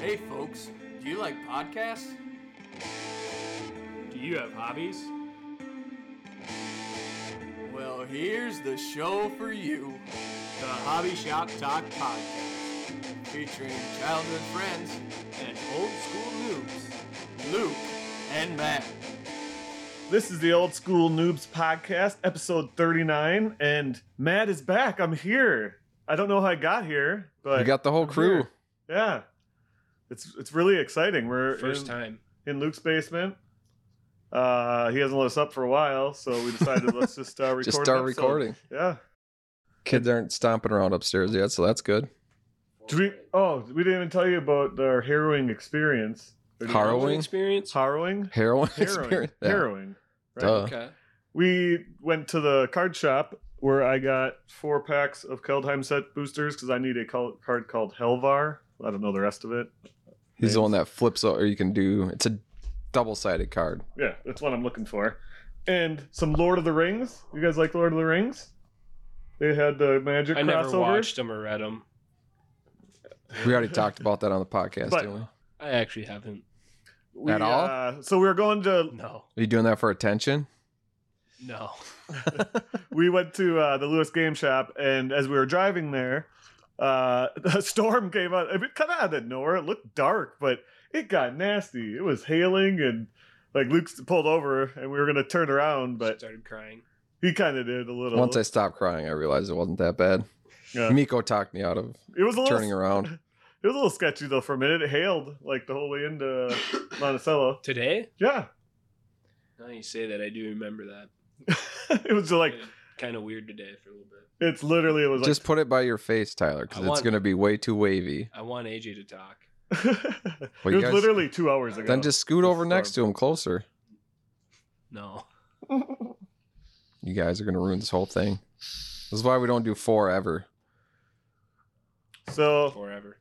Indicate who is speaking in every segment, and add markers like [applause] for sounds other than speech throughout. Speaker 1: Hey, folks, do you like podcasts?
Speaker 2: Do you have hobbies?
Speaker 1: Well, here's the show for you
Speaker 2: The Hobby Shop Talk Podcast
Speaker 1: featuring childhood friends
Speaker 2: and Old School
Speaker 1: Luke and Matt.
Speaker 3: This is the Old School Noobs Podcast, episode 39, and Matt is back. I'm here. I don't know how I got here, but
Speaker 4: You got the whole crew.
Speaker 3: here. yeah. It's it's really exciting. We're
Speaker 2: News. First
Speaker 3: in,
Speaker 2: time.
Speaker 3: in Luke's basement. Uh, he hasn't let us up for a while, so we decided let's just
Speaker 4: [laughs]
Speaker 3: uh, record.
Speaker 4: Just
Speaker 3: an
Speaker 4: start
Speaker 3: episode.
Speaker 4: recording.
Speaker 3: Yeah.
Speaker 4: Kids aren't stomping around upstairs yet, so that's good.
Speaker 3: Did we? Oh, we didn't even tell you about our harrowing experience. Or did we-
Speaker 4: Harrowing?
Speaker 2: experience.
Speaker 3: Harrowing.
Speaker 4: Heroin
Speaker 3: Harrowing.
Speaker 4: [laughs] experience. Yeah.
Speaker 3: Harrowing. Right?
Speaker 4: Duh.
Speaker 2: Okay.
Speaker 3: we went to the card shop where I got four packs of Keldheim set boosters because I need a col- card called Helvar. I don't know the rest of it.
Speaker 4: He's the one that flips out, or you can do. It's a double-sided card.
Speaker 3: Yeah, that's what I'm looking for. And some Lord of the Rings. You guys like Lord of the Rings? They had the magic
Speaker 2: I
Speaker 3: crossover.
Speaker 2: never watched them or read them.
Speaker 3: [laughs]
Speaker 4: We already talked about that on the podcast,
Speaker 3: But-
Speaker 4: didn't we?
Speaker 2: I actually haven't.
Speaker 3: We,
Speaker 4: At all?
Speaker 3: Uh, so we were going to.
Speaker 2: No.
Speaker 4: Are you doing that for attention?
Speaker 2: No.
Speaker 3: We went to uh, the Lewis Game Shop, and as we were driving there, uh, [laughs] a storm came out. I mean, kind of out of nowhere. It looked dark, but it got nasty. It was hailing, and like Luke pulled over, and we were gonna turn around,
Speaker 2: [laughs]
Speaker 3: but
Speaker 2: started crying.
Speaker 3: he kind of did a little.
Speaker 4: Once I stopped crying, I realized it wasn't that bad.
Speaker 3: Yeah.
Speaker 4: Miko talked me out of
Speaker 3: it was a little [laughs]
Speaker 4: turning around.
Speaker 3: It was a little sketchy though for a minute. It hailed like the whole way into Monticello.
Speaker 2: Today?
Speaker 3: Yeah, [laughs]
Speaker 2: Now you say that, I do remember that.
Speaker 3: it was like
Speaker 2: kind of weird today for a little bit.
Speaker 3: it's literally it was [laughs]
Speaker 4: Just put it by your face, Tyler,
Speaker 2: I
Speaker 4: because it's
Speaker 2: want-
Speaker 4: going to be way too wavy.
Speaker 2: I want AJ to talk.
Speaker 3: like
Speaker 4: Well,
Speaker 3: it
Speaker 4: you
Speaker 3: was
Speaker 4: guys-
Speaker 3: literally two hours ago.
Speaker 4: Then just scoot
Speaker 3: This
Speaker 4: over next to
Speaker 3: storm.
Speaker 4: him closer.
Speaker 2: No.
Speaker 4: You guys are going to ruin this whole thing. This is why we don't do four ever.
Speaker 3: so
Speaker 2: Forever.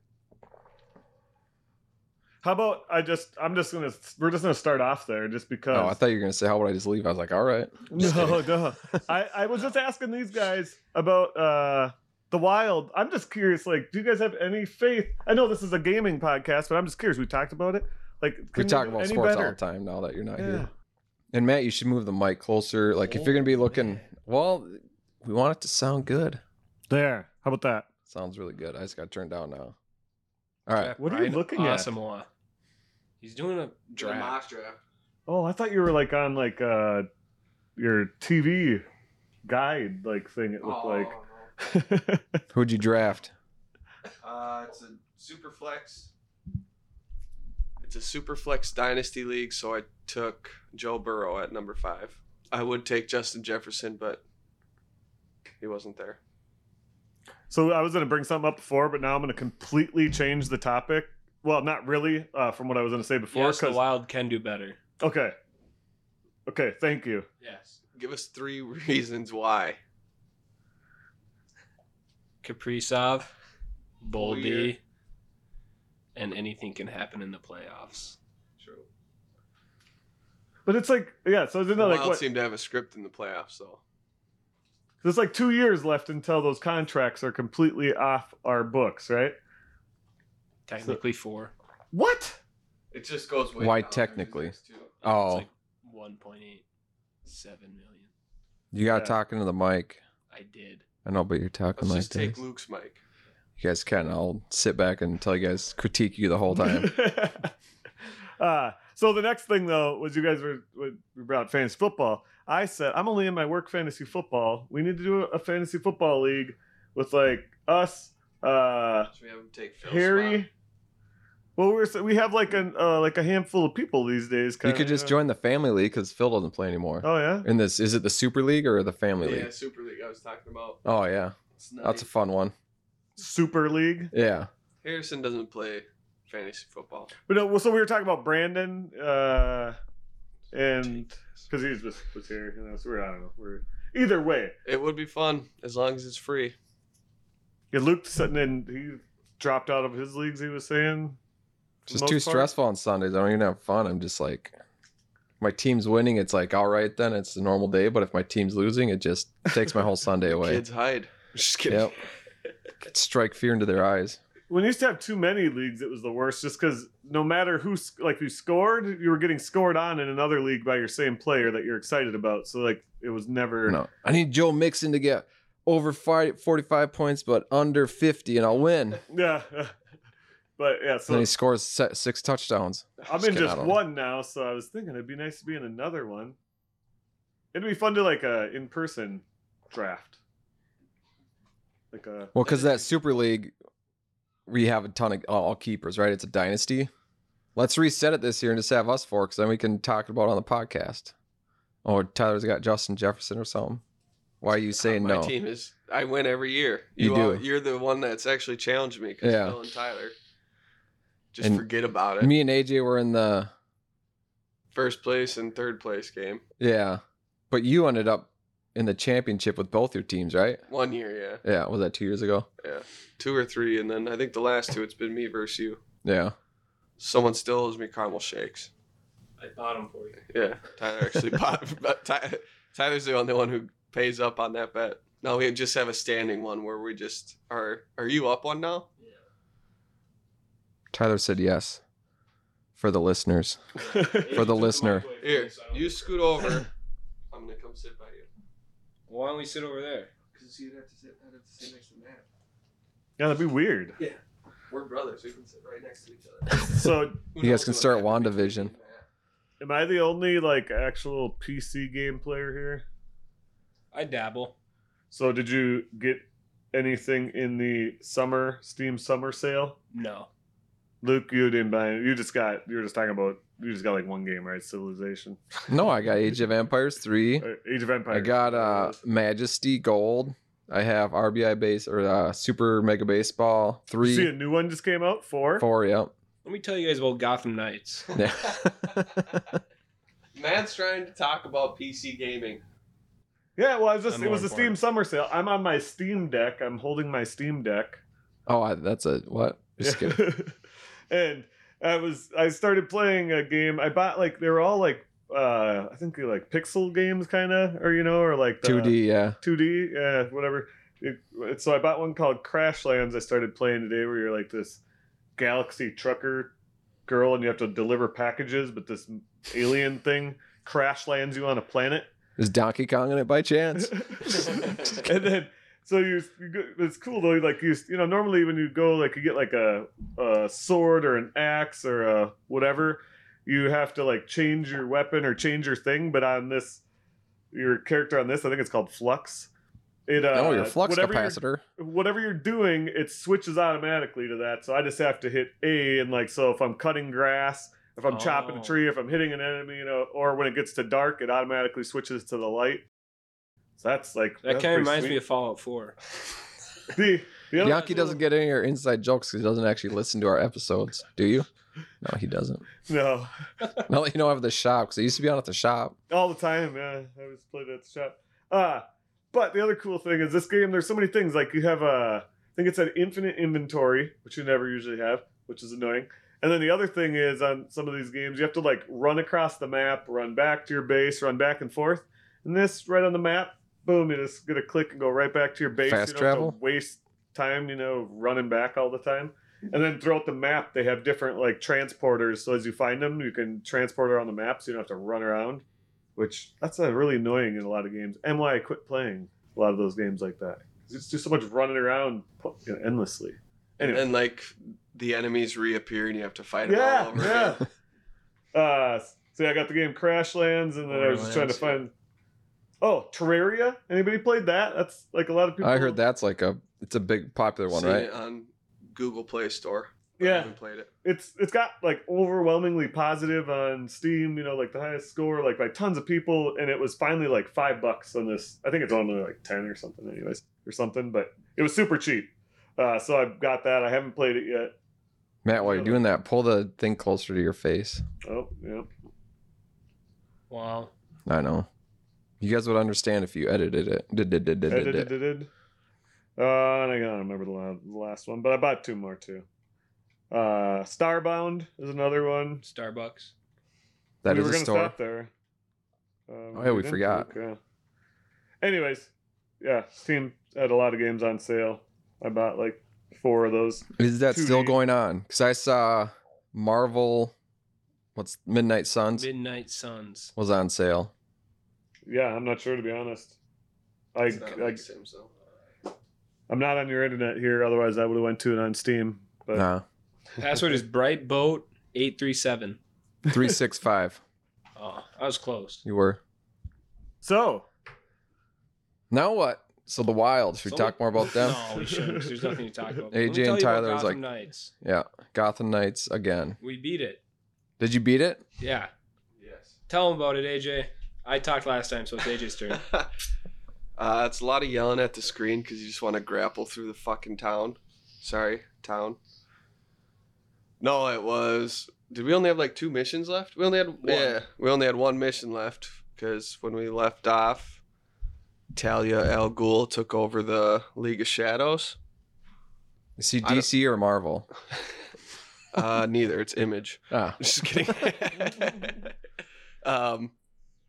Speaker 3: How about I just I'm just gonna we're just gonna start off there just because
Speaker 4: Oh, I thought you were going to say, "How would I just leave?" I was like, "All right."
Speaker 3: no no I I was just asking these guys about uh the wild I'm just curious like do you guys have any faith I know this is a gaming podcast but I'm just curious we talked about it like can
Speaker 4: we
Speaker 3: you
Speaker 4: talk
Speaker 3: do
Speaker 4: about
Speaker 3: any
Speaker 4: sports all
Speaker 3: better?
Speaker 4: the time now that you're not
Speaker 3: Yeah. Oh,
Speaker 4: here. And Matt, you should move the mic closer. Like if you're gonna be looking, well, we want it to sound good.
Speaker 3: there how about that
Speaker 4: Sounds really good. I just got turned down now. All right,
Speaker 3: what are you looking at?
Speaker 2: at? He's doing a draft.
Speaker 1: draft.
Speaker 3: oh I thought you were like on like uh your TV guide like thing it looked like
Speaker 1: Oh,
Speaker 3: [laughs]
Speaker 4: who'd you draft?
Speaker 1: Uh, it's a super flex. It's a super flex dynasty league, so I took Joe Burrow at number five. I would take Justin Jefferson, but he wasn't there.
Speaker 3: So I was going to bring something up before, but now I'm going to completely change the topic. Well, not really uh, from what I was going to say before.
Speaker 2: Yes, the
Speaker 3: 'cause-
Speaker 2: Wild can do better.
Speaker 3: okay. Okay, thank you.
Speaker 2: Yes.
Speaker 1: Give us three [laughs] reasons why.
Speaker 2: Kaprizov, Boldy,
Speaker 1: Weird.
Speaker 2: and anything can happen in the playoffs.
Speaker 1: True.
Speaker 3: But it's like, yeah, so isn't
Speaker 1: The
Speaker 3: that like
Speaker 1: Wild
Speaker 3: what?
Speaker 1: seem to have a script in the playoffs, though.
Speaker 3: There's like two years left until those contracts are completely off our books, right?
Speaker 2: Technically four.
Speaker 3: What?
Speaker 1: It just goes way
Speaker 4: Why
Speaker 1: down.
Speaker 4: technically?
Speaker 1: It's two.
Speaker 4: Oh,
Speaker 2: It's like 1.87 million.
Speaker 4: you got
Speaker 3: Yeah.
Speaker 4: to talk into the mic.
Speaker 2: I did.
Speaker 4: I know, but you're talking
Speaker 1: Let's
Speaker 4: like
Speaker 1: just take
Speaker 4: this.
Speaker 1: Luke's mic.
Speaker 4: You guys can. I'll sit back and tell you guys critique you the
Speaker 3: [laughs]
Speaker 4: whole time.
Speaker 3: uh, so the next thing though was you guys were we brought fantasy football. I said I'm only in my work fantasy football. We need to do a fantasy football league with like us, uh,
Speaker 1: Should we have him take Phil's
Speaker 3: Harry.
Speaker 1: spot?
Speaker 3: Well, we're so we have like an uh, like a handful of people these days.
Speaker 4: you
Speaker 3: kinda,
Speaker 4: could just
Speaker 3: know?
Speaker 4: join the family league because Phil doesn't play anymore.
Speaker 3: Oh yeah,
Speaker 4: In this, is it the Super League or the Family
Speaker 1: Yeah,
Speaker 4: League?
Speaker 1: Super League I was talking about.
Speaker 4: Oh yeah,
Speaker 1: It's not
Speaker 4: that's a fun one.
Speaker 3: Super League.
Speaker 4: Yeah,
Speaker 1: Harrison doesn't play fantasy football.
Speaker 3: But no, well, so we were talking about Brandon, uh, and because he was was here, you know, so we're I don't know. We're either way.
Speaker 1: It would be fun as long as it's free.
Speaker 3: Yeah, Luke sitting in. He dropped out of his leagues. He was saying, for the
Speaker 4: just
Speaker 3: most
Speaker 4: too
Speaker 3: part.
Speaker 4: stressful on Sundays. I don't even have fun. I'm just like, my team's winning. It's like, all right, then it's a normal day. But if my team's losing, it just
Speaker 3: [laughs]
Speaker 4: takes my whole Sunday away.
Speaker 1: Kids hide. [laughs] Just kidding.
Speaker 4: Yep. Strike fear into their eyes.
Speaker 3: when you used to have too many leagues, it was the worst. Just because no matter who sc- like you scored, you were getting scored on in another league by your same player that you're excited about. So like it was never.
Speaker 4: No, I need Joe Mixon to get over five, 45 points, but under 50, and I'll win.
Speaker 3: Yeah. [laughs] But yeah, so
Speaker 4: and he scores se- six touchdowns.
Speaker 3: I'm in
Speaker 4: kidding, I
Speaker 3: just
Speaker 4: don't know.
Speaker 3: one now, so I was thinking it'd be nice to be in another one. It'd be fun to like a in person draft. Like uh, [laughs] a
Speaker 4: Well, because that Super League, we have a ton of all all keepers, right? It's a dynasty. Let's reset it this year and just have us four, because then we can talk about it on the podcast. Or Tyler's got Justin Jefferson or something. Why are
Speaker 1: [laughs]
Speaker 4: you saying
Speaker 1: my
Speaker 4: no?
Speaker 1: team is. I win every year.
Speaker 4: You
Speaker 1: You, all,
Speaker 4: do.
Speaker 1: you're the one that's actually challenged me because
Speaker 4: Yeah.
Speaker 1: Phil and Tyler just
Speaker 4: And
Speaker 1: forget about it.
Speaker 4: Me and AJ were in the
Speaker 1: First place and third place game
Speaker 4: yeah, but you ended up in the championship with both your teams, right?
Speaker 1: one year. Yeah,
Speaker 4: Yeah, was that two years ago?
Speaker 1: two or three, and then I think the last two it's been me versus you.
Speaker 4: Yeah,
Speaker 1: Someone still owes me caramel shakes.
Speaker 2: I bought them for you.
Speaker 1: Yeah,
Speaker 4: [laughs]
Speaker 1: Tyler actually bought. But Ty, Tyler's the only one who pays up on that bet. No, we just have a standing one where we just are. Are you up one now?
Speaker 4: Tyler said yes. For the listeners, [laughs] For the listener.
Speaker 1: Here, you
Speaker 3: [coughs]
Speaker 1: scoot over. I'm gonna come sit by you.
Speaker 2: Why don't we sit over there?
Speaker 1: Cause you'd have to sit. I'd have to sit next to Matt.
Speaker 3: yeah, that'd be weird.
Speaker 1: We're brothers. We can sit right next to each other.
Speaker 3: So
Speaker 4: You guys can start WandaVision.
Speaker 3: am I the only like actual PC game player here?
Speaker 2: I dabble.
Speaker 3: So did you get anything in the summer Steam summer sale?
Speaker 2: No.
Speaker 3: Luke, you didn't buy it. You just got you were just talking about you just got like one game, right? Civilization.
Speaker 4: no, I got Age of Empires three.
Speaker 3: Or Age of Empires.
Speaker 4: I got uh Majesty Gold. I have RBI base or uh Super Mega Baseball
Speaker 3: You see a
Speaker 4: three
Speaker 3: new one just came out? Four?
Speaker 4: four. Yep. [laughs]
Speaker 2: Let me tell you guys about Gotham Knights.
Speaker 4: Yeah.
Speaker 1: Matt's trying to talk about PC gaming.
Speaker 3: Yeah, well I was just
Speaker 2: I'm
Speaker 3: it was
Speaker 2: more
Speaker 3: the Steam
Speaker 2: informed.
Speaker 3: summer sale. I'm on my Steam Deck. I'm holding my Steam Deck.
Speaker 4: Oh, I, that's a what?
Speaker 3: [laughs]
Speaker 4: Just kidding.
Speaker 3: and I was I started playing a game. I bought like they were all like uh I think they're like pixel games kinda, or you know, or like the-
Speaker 4: Two D. Yeah.
Speaker 3: 2D, yeah, whatever. It, it- so I bought one called Crashlands. I started playing today, where you're like this galaxy trucker girl, and you have to deliver packages, but this alien thing crash lands you on a planet.
Speaker 4: Is Donkey Kong in it by chance?
Speaker 3: [laughs] and then, so you, you go, it's cool though. Like you, you know, normally when you go, like you get like a, a sword or an axe or a whatever, you have to like change your weapon or change your thing. But on this, your character on this, I think it's called Flux. It uh,
Speaker 4: oh, your flux
Speaker 3: whatever you're-
Speaker 4: capacitor.
Speaker 3: whatever you're doing, it switches automatically to that. So I just have to hit A and like so if I'm cutting grass, if I'm chopping a
Speaker 2: Oh.
Speaker 3: tree, if I'm hitting an enemy, you know, or when it gets to dark, it automatically switches to the light. So that's like
Speaker 2: That kind of reminds me of Fallout
Speaker 4: [laughs]
Speaker 2: 4.
Speaker 3: of [laughs] the, the other-
Speaker 4: Yonky doesn't get any of your inside jokes because he doesn't actually listen to our episodes. Do you? No, he doesn't.
Speaker 3: no
Speaker 4: Not that you don't have the shop because he used to be on at the shop.
Speaker 3: all the time. Yeah, I was played at the shop. Uh, but the other cool thing is this game. There's so many things like you have uh, a. I think it's an infinite inventory, which you never usually have, which is annoying. And then the other thing is on some of these games, you have to like run across the map, run back to your base, run back and forth. And this right on the map, boom, you just get a click and go right back to your base.
Speaker 4: Fast
Speaker 3: you don't have to
Speaker 4: travel?
Speaker 3: waste time, you know, running back all the time. And then throughout the map, they have different like transporters. So as you find them, you can transport around the map, so you don't have to run around. Which that's uh, really annoying in a lot of games, and why I quit playing a lot of those games like that. 'Cause It's just so much running around you know, endlessly. Anyway.
Speaker 1: And like the enemies reappear and you have to fight them all
Speaker 3: Yeah,
Speaker 4: [laughs]
Speaker 1: over again.
Speaker 3: yeah. [laughs] uh, so yeah, I got the game Crashlands, and then I was just trying to
Speaker 2: Borderlands, yeah.
Speaker 3: find. Oh, Terraria. Anybody played that? That's like a lot of people.
Speaker 4: I heard that's like a it's a big popular one,
Speaker 1: Seen
Speaker 4: right?
Speaker 1: it on Google Play Store. but I
Speaker 3: Yeah,
Speaker 1: haven't played it.
Speaker 3: it's it's got like overwhelmingly positive on Steam, you know, like the highest score, like by tons of people, and it was finally like five bucks on this. I think it's only like ten or something, anyways, or something. But it was super cheap, uh, so I got that. I haven't played it yet.
Speaker 4: Matt, while you're doing that, pull the thing closer to your face.
Speaker 3: Oh, yep.
Speaker 2: Wow.
Speaker 4: I know. You guys would understand if you edited it. Did- did- did- did- did- did.
Speaker 3: Edited. Uh, and I don't remember the la- the last one, but I bought two more too. Uh, Starbound is another one.
Speaker 2: Starbucks.
Speaker 4: That
Speaker 3: we
Speaker 4: is
Speaker 3: were
Speaker 4: a
Speaker 3: gonna
Speaker 4: store. Oh,
Speaker 3: stop there. Uh,
Speaker 4: yeah, we
Speaker 3: didn't,
Speaker 4: forgot.
Speaker 3: Luke, yeah. Anyways, yeah, Steam had a lot of games on sale. I bought like for those.
Speaker 4: Is that
Speaker 3: 2D.
Speaker 4: still going on? Because I saw Marvel, what's Midnight Suns
Speaker 2: Midnight
Speaker 4: [laughs]
Speaker 2: Suns.
Speaker 4: was on sale.
Speaker 3: Yeah, I'm not sure to be honest. I,
Speaker 1: It's not
Speaker 3: I
Speaker 1: like Sims, though.
Speaker 3: I'm not on your internet here, otherwise I would have went to it on Steam. But [laughs]
Speaker 4: Nah,
Speaker 2: Password is brightboat eight three seven.
Speaker 4: three six five.
Speaker 2: Oh, I was close.
Speaker 4: You were.
Speaker 3: so
Speaker 4: Now what? So the Wild. Should we
Speaker 2: So-
Speaker 4: talk more
Speaker 2: [laughs]
Speaker 4: about them?
Speaker 2: No, we shouldn't. 'cause There's nothing to talk
Speaker 4: [laughs]
Speaker 2: about. Let me
Speaker 4: AJ and
Speaker 2: tell you about
Speaker 4: Tyler was
Speaker 2: Gotham
Speaker 4: like-
Speaker 2: Knights.
Speaker 4: Yeah, Gotham Knights again.
Speaker 2: We beat it.
Speaker 4: Did you beat it?
Speaker 2: Yeah.
Speaker 1: Yes.
Speaker 2: Tell them about it, AJ. I talked last time, so it's AJ's
Speaker 4: [laughs]
Speaker 2: turn.
Speaker 1: [laughs] uh, it's a lot of yelling at the screen because you just want to grapple through the fucking town. Sorry, town. No, it was. Did we only have like two missions left? We only had one. Yeah, we only had one mission left because when we left off, Talia Al Ghul took over the League of Shadows.
Speaker 4: Is he
Speaker 1: I don't-
Speaker 4: DC or Marvel?
Speaker 1: Uh, neither. It's Image.
Speaker 4: Ah,
Speaker 1: Just kidding. [laughs] um,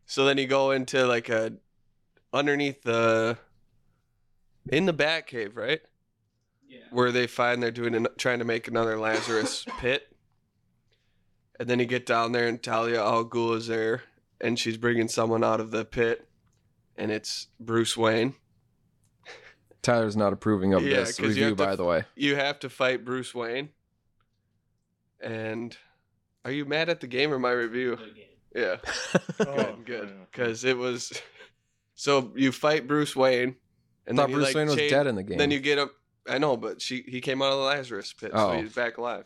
Speaker 1: so then you go into like a underneath the in the bat cave, right?
Speaker 2: yeah.
Speaker 1: Where they find they're doing an, trying to make another Lazarus pit, and then you get down there and Talia Al Ghul is there, and she's bringing someone out of the pit, and it's Bruce Wayne.
Speaker 4: Tyler's not approving of
Speaker 1: Yeah,
Speaker 4: this
Speaker 1: 'cause you
Speaker 4: review,
Speaker 1: have to-
Speaker 4: by the way.
Speaker 1: You have to fight Bruce Wayne. And are you mad at the game or my review? Yeah.
Speaker 3: [laughs] oh,
Speaker 1: good, good. Because it was [laughs] so you fight Bruce Wayne,
Speaker 4: I
Speaker 1: and
Speaker 4: thought
Speaker 1: then you,
Speaker 4: Bruce
Speaker 1: like,
Speaker 4: Wayne was
Speaker 1: chain-
Speaker 4: dead in the game.
Speaker 1: Then you get up. I know, but she he came out of the Lazarus pit,
Speaker 4: Oh.
Speaker 1: so he's back alive.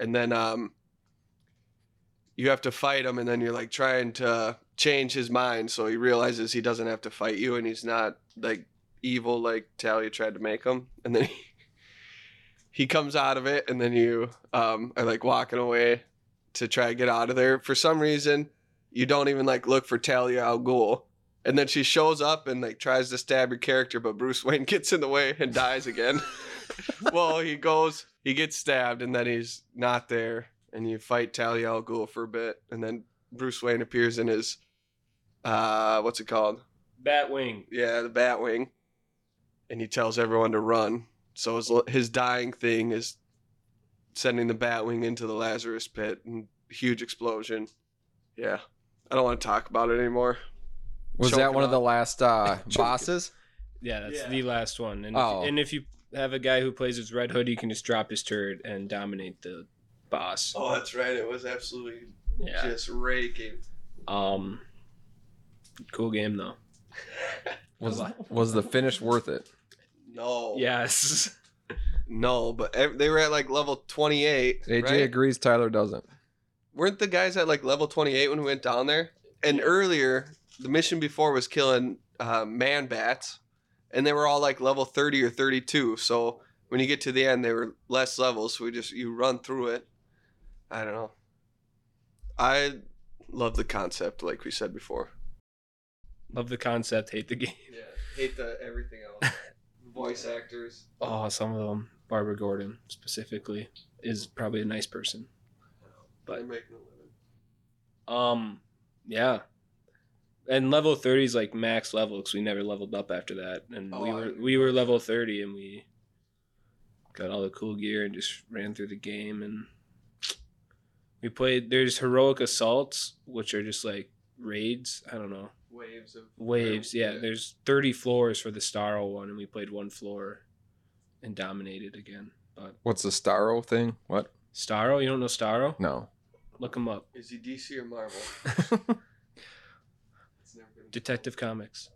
Speaker 1: And then um, you have to fight him, and then you're like trying to change his mind so he realizes he doesn't have to fight you, and he's not like evil like Talia tried to make him. And then [laughs] he, he comes out of it, and then you um are like walking away to try to get out of there. For some reason, you don't even like look for Talia al Ghul. And then she shows up and like tries to stab your character, but Bruce [laughs] Wayne gets in the way and dies again. [laughs] well, he goes, he gets stabbed, and then he's not there. And you fight Talia al Ghul for a bit, and then Bruce Wayne appears in his, uh, what's it called?
Speaker 2: Batwing.
Speaker 1: Yeah, the Batwing. And he tells everyone to run. So his, his dying thing is sending the Batwing into the Lazarus pit and huge explosion. Yeah. I don't want to talk about it anymore.
Speaker 4: was that
Speaker 1: choking
Speaker 4: one of the
Speaker 1: up.
Speaker 4: last
Speaker 1: [laughs]
Speaker 4: uh,
Speaker 1: Choking.
Speaker 4: bosses?
Speaker 2: Yeah, that's
Speaker 1: Yeah.
Speaker 2: the last one. And,
Speaker 4: Oh.
Speaker 2: if, and if you have a guy who plays as Red Hood, you can just drop his turret and dominate the boss.
Speaker 1: Oh, that's right. It was absolutely
Speaker 2: Yeah.
Speaker 1: just raking.
Speaker 2: Um. Cool game though.
Speaker 4: Was was the finish worth it?
Speaker 1: No.
Speaker 2: Yes. [laughs]
Speaker 1: No, but ev- they were at like level 28.
Speaker 4: AJ
Speaker 1: right?
Speaker 4: agrees. Tyler doesn't.
Speaker 1: Weren't the guys at like level 28 when we went down there? And earlier, the mission before was killing uh, man bats, and they were all like level 30 or 32. So when you get to the end, they were less levels. So we just, you run through it. I don't know. I love the concept, like we said before.
Speaker 2: Love the concept. Hate the game. [laughs]
Speaker 1: Yeah, hate the everything else. Voice actors.
Speaker 2: Oh, some of them. Barbara Gordon specifically is probably a nice person. But-
Speaker 1: They're making a living.
Speaker 2: Um. Yeah. And level thirty is like max level because we never leveled up after that, and we
Speaker 1: Oh, I
Speaker 2: were
Speaker 1: agree.
Speaker 2: we were level thirty, and we got all the cool gear and just ran through the game, and we played. There's heroic assaults, which are just like raids. I don't know
Speaker 1: Waves of
Speaker 2: waves. Yeah, there's thirty floors for the Starro one, and we played one floor, and dominated again. But
Speaker 4: What's the Starro thing? What?
Speaker 2: Starro, you don't know Starro?
Speaker 4: No.
Speaker 2: Look him up.
Speaker 1: Is he DC or
Speaker 2: [laughs]
Speaker 1: Marvel? It's never been
Speaker 2: Detective Comics.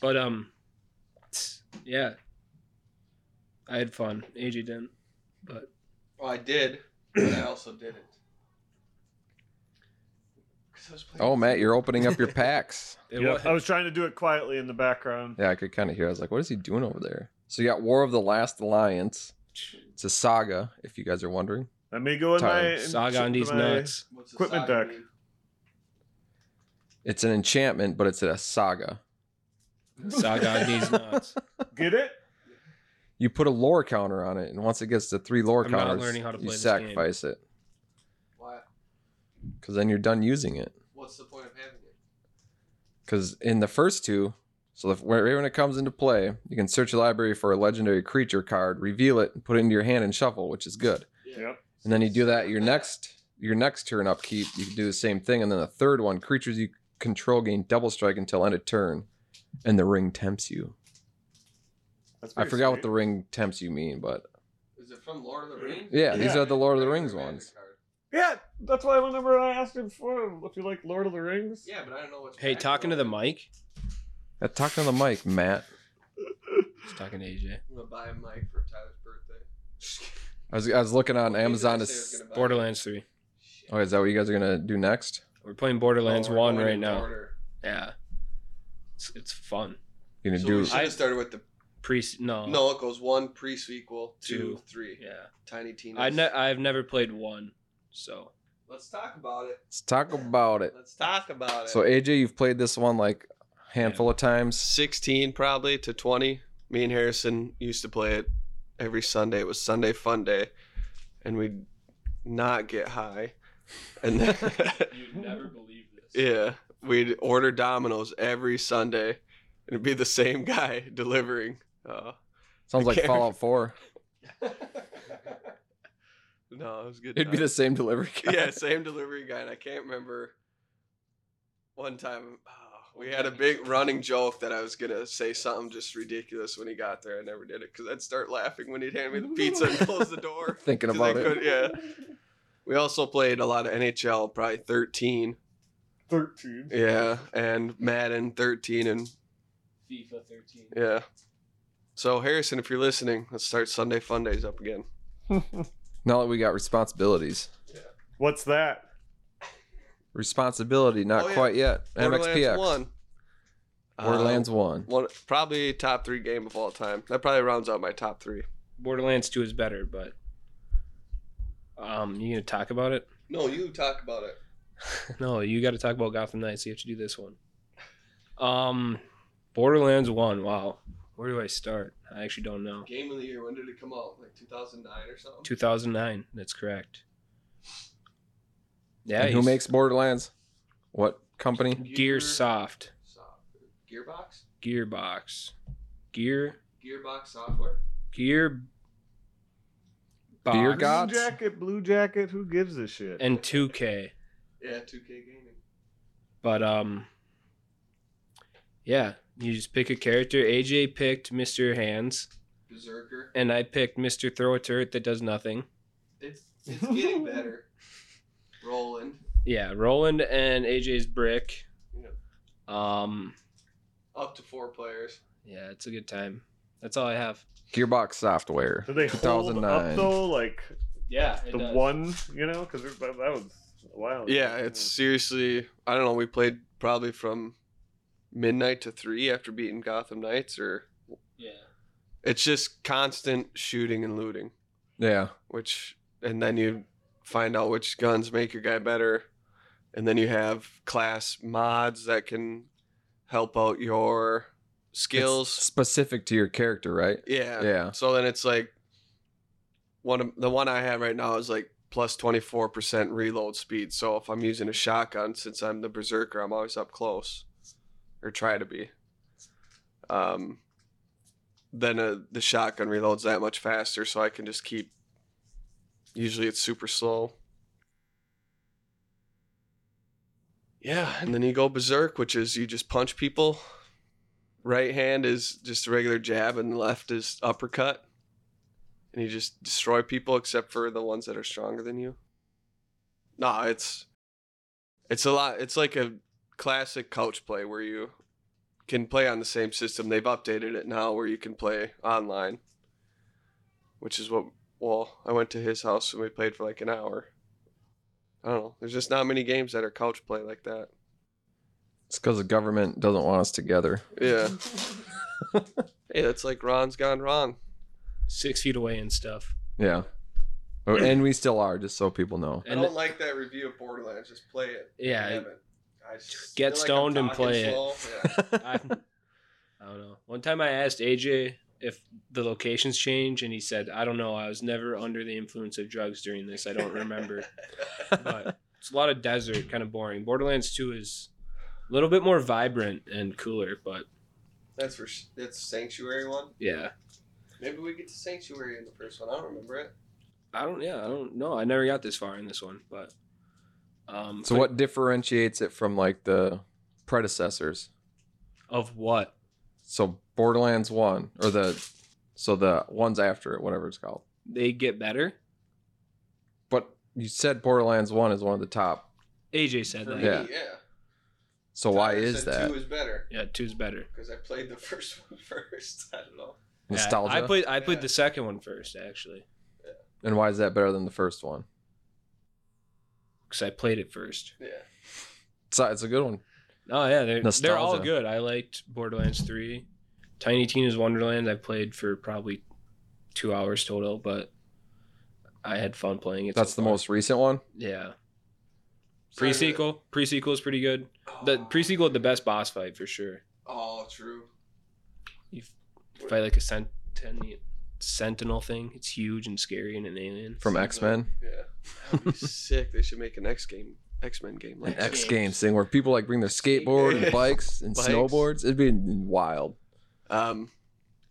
Speaker 2: But um, yeah, I had fun. AJ didn't.
Speaker 1: Well, I did, but I also didn't. 'Cause I was playing-
Speaker 4: oh, Matt, you're opening up your packs. [laughs]
Speaker 2: It
Speaker 3: Yep,
Speaker 2: was,
Speaker 3: I was trying to do it quietly in the background.
Speaker 4: Yeah, I could kind of hear. I was like, "What is he doing over there?" So you got War of the Last Alliance. It's a saga, if you guys are wondering.
Speaker 3: Let me go in
Speaker 4: Tyler.
Speaker 3: my
Speaker 2: saga on these
Speaker 3: my-
Speaker 2: nuts.
Speaker 1: What's the
Speaker 3: Equipment
Speaker 1: saga
Speaker 3: deck.
Speaker 1: mean?
Speaker 4: It's an enchantment, but it's a saga.
Speaker 2: Saga on these nuts.
Speaker 3: Get it?
Speaker 4: You put a lore counter on it, and once it gets to three lore
Speaker 2: I'm not
Speaker 4: counters,
Speaker 2: learning how to
Speaker 4: you
Speaker 2: play this game.
Speaker 4: sacrifice it
Speaker 1: Why?
Speaker 4: because then you're done using it.
Speaker 1: What's the point of having it?
Speaker 4: Because in the first two, So if, right when it comes into play, you can search your library for a legendary creature card, reveal it, and put it into your hand and shuffle, which is good.
Speaker 3: Yep.
Speaker 4: And then you do that your next your next turn upkeep, you can do the same thing, and then the third one, creatures you control gain double strike until end of turn, and the ring tempts you.
Speaker 3: That's
Speaker 4: I
Speaker 3: pretty
Speaker 4: forgot what
Speaker 3: sweet.
Speaker 4: the ring tempts you mean, but
Speaker 1: Is it from Lord of the Rings?
Speaker 4: yeah, these
Speaker 3: Yeah.
Speaker 4: are the Lord of the Rings ones.
Speaker 3: Yeah, that's why whenever I asked him for if you like Lord of the Rings. [laughs]
Speaker 1: Yeah, but I don't know what's.
Speaker 2: Hey, talking to the mic.
Speaker 4: Yeah, talk on the mic, Matt.
Speaker 2: Just talking to AJ.
Speaker 1: I'm gonna buy a mic for Tyler's birthday.
Speaker 4: I was I was looking on
Speaker 1: What game did I
Speaker 4: Amazon to.
Speaker 1: say I was
Speaker 4: s-
Speaker 1: gonna buy?
Speaker 2: Borderlands Three.
Speaker 1: Shit.
Speaker 4: Oh, is that what you guys are gonna do next?
Speaker 2: We're playing Borderlands
Speaker 1: Oh,
Speaker 2: One
Speaker 1: we're going
Speaker 2: right
Speaker 1: in
Speaker 2: now.
Speaker 1: order.
Speaker 2: Yeah, it's, it's fun.
Speaker 4: You gonna
Speaker 1: So
Speaker 4: do
Speaker 1: we should
Speaker 2: I-
Speaker 1: have started with the
Speaker 2: Pre no
Speaker 1: no. It goes one pre sequel, two,
Speaker 2: Two.
Speaker 1: three.
Speaker 2: Yeah,
Speaker 1: Tiny Tina.
Speaker 2: I ne- I've never played one, so
Speaker 1: Let's talk about it.
Speaker 4: Let's talk about it.
Speaker 1: Let's talk about it.
Speaker 4: So AJ, you've played this one like a handful of times.
Speaker 1: 16 probably to 20 me and harrison used to play it every sunday it was sunday fun day and we'd not get high and then, [laughs]
Speaker 2: you'd never believe this.
Speaker 1: yeah we'd order dominoes every sunday and it'd be the same guy [laughs] delivering uh,
Speaker 4: Sounds like
Speaker 1: Okay.
Speaker 4: Fallout Four.
Speaker 1: [laughs] no it was good
Speaker 4: It'd be the
Speaker 1: times.
Speaker 4: same delivery. guy. [laughs]
Speaker 1: yeah same delivery guy and i can't remember one time ah, we had a big running joke that I was gonna say something just ridiculous when he got there. I never did it because I'd start laughing when he'd
Speaker 4: [laughs]
Speaker 1: hand me the pizza and close the door.
Speaker 4: Thinking
Speaker 1: 'Cause I
Speaker 4: about it.
Speaker 1: could- yeah. We also played a lot of NHL, probably thirteen.
Speaker 3: Thirteen.
Speaker 1: Yeah, and Madden thirteen, and
Speaker 2: [laughs] FIFA 13.
Speaker 1: yeah. So Harrison, if you're listening, let's start Sunday Fun Days up again. uh,
Speaker 4: Now that we got responsibilities.
Speaker 3: What's that?
Speaker 4: Responsibility, not
Speaker 1: Oh, yeah.
Speaker 4: quite yet. MXPX.
Speaker 1: one. Uh,
Speaker 2: Oh.
Speaker 4: Borderlands one.
Speaker 1: one, probably top three game of all time. That probably rounds out my top three.
Speaker 2: Borderlands 2 is better, but um, you gonna talk about it? [laughs]
Speaker 1: No, you talk about it.
Speaker 2: No, you got to talk about Gotham Knights. You have to do this one. Um, Borderlands 1. Wow, where do I start? I actually don't know.
Speaker 1: Game of the year. When did it come out? Like 2009 or something.
Speaker 2: 2009. That's correct. Yeah,
Speaker 4: And who
Speaker 2: he's-
Speaker 4: makes Borderlands? What company?
Speaker 1: Gear-
Speaker 2: Gearsoft,
Speaker 1: Soft- Gearbox.
Speaker 2: Gearbox, Gear,
Speaker 1: Gearbox software.
Speaker 2: Gear,
Speaker 4: Beer
Speaker 2: Box,
Speaker 4: Gods?
Speaker 3: Blue jacket, blue jacket. Who gives a shit?
Speaker 2: and 2K.
Speaker 1: Yeah, 2K gaming.
Speaker 2: But um yeah, you just pick a character. AJ picked Mr. Hands
Speaker 1: Berserker.
Speaker 2: and I picked Mr. Throw a turret that does nothing.
Speaker 1: It's it's getting better. Roland.
Speaker 2: Yeah, Roland and AJ's Brick.
Speaker 1: Yeah.
Speaker 2: Um
Speaker 1: Up to four players.
Speaker 2: yeah, it's a good time. That's all I have.
Speaker 4: Gearbox Software.
Speaker 3: Do they hold up
Speaker 4: 2009.
Speaker 3: though, like
Speaker 2: Yeah,
Speaker 3: the one? You know, because that that was a while. ago.
Speaker 1: Yeah, it's seriously. I don't know. We played probably from midnight to three after beating Gotham Knights, or
Speaker 2: Yeah.
Speaker 1: it's just constant shooting and looting.
Speaker 4: Yeah.
Speaker 1: which and then you find out which guns make your guy better and then you have class mods that can help out your
Speaker 4: It's
Speaker 1: skills
Speaker 4: specific to your character, right?
Speaker 1: yeah.
Speaker 4: Yeah.
Speaker 1: so then it's like one of the one i have right now is like plus 24% reload speed so if i'm using a shotgun since i'm the berserker i'm always up close or try to be um then uh, the shotgun reloads that much faster so i can just keep usually it's super slow yeah and then you go berserk which is you just punch people right hand is just a regular jab and left is uppercut and you just destroy people except for the ones that are stronger than you nah it's it's a lot it's like a classic couch play where you can play on the same system they've updated it now where you can play online which is what well i went to his house and we played for like an hour i don't know there's just not many games that are couch play like that
Speaker 4: It's because the government doesn't want us together.
Speaker 2: [laughs]
Speaker 1: yeah hey that's like ron's gone wrong
Speaker 2: Six feet away and stuff.
Speaker 4: Yeah. Oh, And we still are, just so people know.
Speaker 1: I
Speaker 2: And
Speaker 1: don't like that review of Borderlands. Just play it.
Speaker 2: yeah,
Speaker 1: I
Speaker 2: I,
Speaker 1: haven't. I just
Speaker 2: Get
Speaker 1: feel
Speaker 2: stoned
Speaker 1: I'm
Speaker 2: and
Speaker 1: talking
Speaker 2: play it. [laughs]
Speaker 1: slow. Yeah.
Speaker 2: I, I don't know. One time I asked AJ if the locations change, and he said, "I don't know. I was never under the influence of drugs during this. I don't remember." but it's a lot of desert, kind of boring. Borderlands Two is a little bit more vibrant and cooler, but
Speaker 1: That's for s- that's sanctuary one.
Speaker 2: Yeah.
Speaker 1: Maybe we get to sanctuary in the first one. I don't remember it.
Speaker 2: I don't. Yeah, I don't know. I never got this far in this one, but um.
Speaker 4: So
Speaker 2: but-
Speaker 4: what differentiates it from like the predecessors?
Speaker 2: of what?
Speaker 4: So Borderlands One or the so the ones after it, whatever it's called.
Speaker 2: They get better.
Speaker 4: But you said Borderlands One is one of the top.
Speaker 2: AJ said
Speaker 1: For
Speaker 2: that.
Speaker 1: me,
Speaker 4: Yeah. So why
Speaker 1: Tyler
Speaker 4: is
Speaker 1: said
Speaker 4: that?
Speaker 1: Two is better
Speaker 2: Yeah, two's better.
Speaker 1: because I played the [laughs] first one first. I don't know.
Speaker 2: Yeah,
Speaker 4: Nostalgia.
Speaker 2: I played. I played
Speaker 1: Yeah.
Speaker 2: the second one first, actually,
Speaker 4: and why is that better than the first one?
Speaker 2: because I played it first.
Speaker 1: Yeah.
Speaker 4: It's a, it's a good one.
Speaker 2: Oh yeah, they're they're all
Speaker 4: Nostalgia.
Speaker 2: good. I liked Borderlands three, Tiny Tina's Wonderland. I played for probably two hours total, but I had fun playing it. so
Speaker 4: That's the
Speaker 2: far.
Speaker 4: most recent one.
Speaker 2: Yeah,
Speaker 1: Sorry,
Speaker 2: pre
Speaker 1: but-
Speaker 2: sequel. Pre sequel is pretty good. The
Speaker 1: Oh.
Speaker 2: pre sequel had the best boss fight for sure.
Speaker 1: Oh, true.
Speaker 2: You f- fight like a sent- sentinel thing. It's huge and scary and an alien.
Speaker 4: From X Men.
Speaker 1: Yeah.
Speaker 2: [laughs]
Speaker 1: That would be sick. They should make an X game, X Men game
Speaker 4: An
Speaker 1: like that.
Speaker 4: X Games thing where people like bring their skateboard and bikes and
Speaker 1: Bikes.
Speaker 4: snowboards. It'd be wild.
Speaker 1: Um,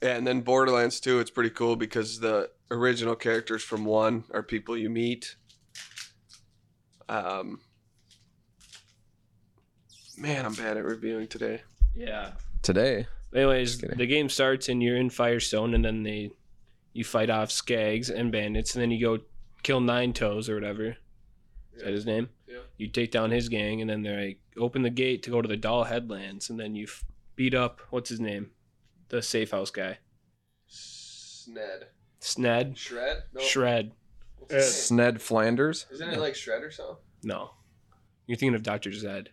Speaker 1: yeah, and then Borderlands 2, it's pretty cool because the original characters from 1 are people you meet. Um, man, I'm bad at reviewing today.
Speaker 2: Yeah.
Speaker 4: Today,
Speaker 2: Anyways,
Speaker 4: Just kidding.
Speaker 2: the game starts and you're in Firestone, and then they you fight off skags and bandits, and then you go kill Nine Toes or whatever. Is that his name?
Speaker 1: Yeah.
Speaker 2: You take down his gang, and then they like, open the gate to go to the Doll Headlands, and then you f- beat up what's his name, the safe house guy,
Speaker 1: Sned.
Speaker 2: Sned,
Speaker 1: Shred? No.
Speaker 2: Shred.
Speaker 1: What's his name?
Speaker 4: Sned Flanders,
Speaker 1: Isn't it like Shred or something?
Speaker 2: No, you're thinking of Doctor Zed.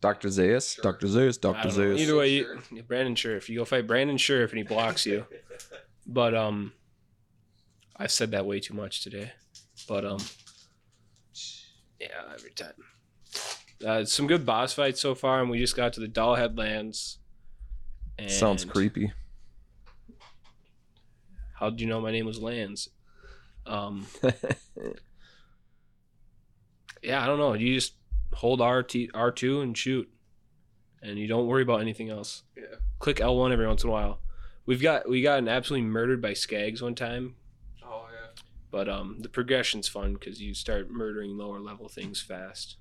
Speaker 4: Dr. Zeus,
Speaker 1: Sure.
Speaker 4: Dr. Zeus,
Speaker 2: I
Speaker 4: Dr.
Speaker 2: don't know.
Speaker 4: Zeus.
Speaker 2: Either way, you,
Speaker 1: Sheriff.
Speaker 2: yeah, Brandon Sheriff. You go fight Brandon Sheriff, and he blocks
Speaker 1: [laughs]
Speaker 2: you. But um, I said that way too much today. But um, yeah, every time. Uh, some good boss fights so far, and we just got to the Doll Headlands. And
Speaker 4: Sounds creepy. [laughs]
Speaker 2: How do you know my name was Lands? Um, yeah, I don't know. You just hold RT R two and shoot, and you don't worry about anything else.
Speaker 1: Yeah.
Speaker 2: Click L one every once in a while. We've got we got an absolutely murdered by Skags one time
Speaker 1: Oh, yeah.
Speaker 2: But um, the progression's fun because you start murdering lower level things fast.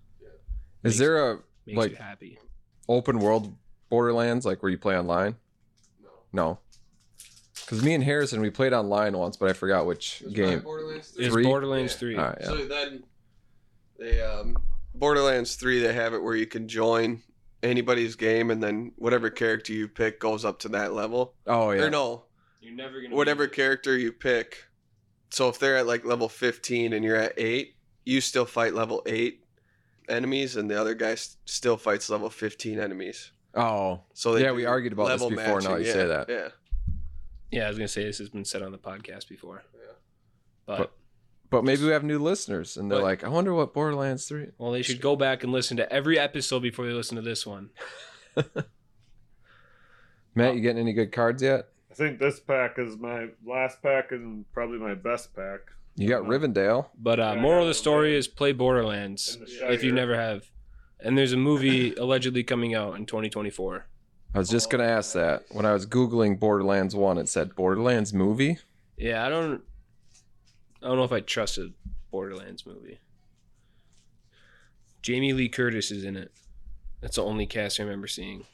Speaker 4: Is there a
Speaker 2: Makes
Speaker 4: Like-
Speaker 2: you happy.
Speaker 4: open world Borderlands like where you play online?
Speaker 1: No.
Speaker 4: No. Because me and Harrison, we played online once, but I forgot which
Speaker 1: It was probably
Speaker 4: game.
Speaker 1: Borderlands
Speaker 2: It's
Speaker 4: Three?
Speaker 2: Borderlands
Speaker 1: Yeah.
Speaker 2: Three.
Speaker 4: All right, yeah.
Speaker 1: So then, they um, Borderlands Three, they have it where you can join anybody's game, and then whatever character you pick goes up to that level.
Speaker 4: oh yeah.
Speaker 1: Or no,
Speaker 2: You're never gonna
Speaker 1: whatever character you pick. So if they're at like level fifteen and you're at eight, you still fight level eight enemies, and the other guy s- still fights level fifteen enemies.
Speaker 4: Oh,
Speaker 1: So they
Speaker 4: Yeah, we
Speaker 1: do
Speaker 4: argued about this
Speaker 1: level
Speaker 4: before, now
Speaker 1: matching,
Speaker 4: you say
Speaker 1: yeah,
Speaker 4: that.
Speaker 1: Yeah.
Speaker 2: Yeah, I was gonna say this has been said on the podcast before.
Speaker 1: Yeah.
Speaker 2: But,
Speaker 4: But- but maybe we have new listeners, and they're
Speaker 2: But-
Speaker 4: like, "I wonder what Borderlands 3."
Speaker 2: well, they should go back and listen to every episode before they listen to this one.
Speaker 4: Matt, you getting any good cards yet?
Speaker 3: I think this pack is my last pack and probably my best pack.
Speaker 4: You got
Speaker 3: No.
Speaker 4: Rivendell.
Speaker 2: But uh,
Speaker 3: Yeah, I
Speaker 2: moral of
Speaker 3: got
Speaker 2: the story
Speaker 3: it.
Speaker 2: is play Borderlands
Speaker 3: And the
Speaker 2: if you
Speaker 3: Shire.
Speaker 2: never have. And there's a movie allegedly coming out in 2024.
Speaker 4: I was just
Speaker 3: Oh,
Speaker 4: gonna ask that when I was googling Borderlands One. It said Borderlands movie.
Speaker 2: Yeah, I don't. I don't know if I trust a Borderlands movie. Jamie Lee Curtis is in it. That's the only cast I remember seeing.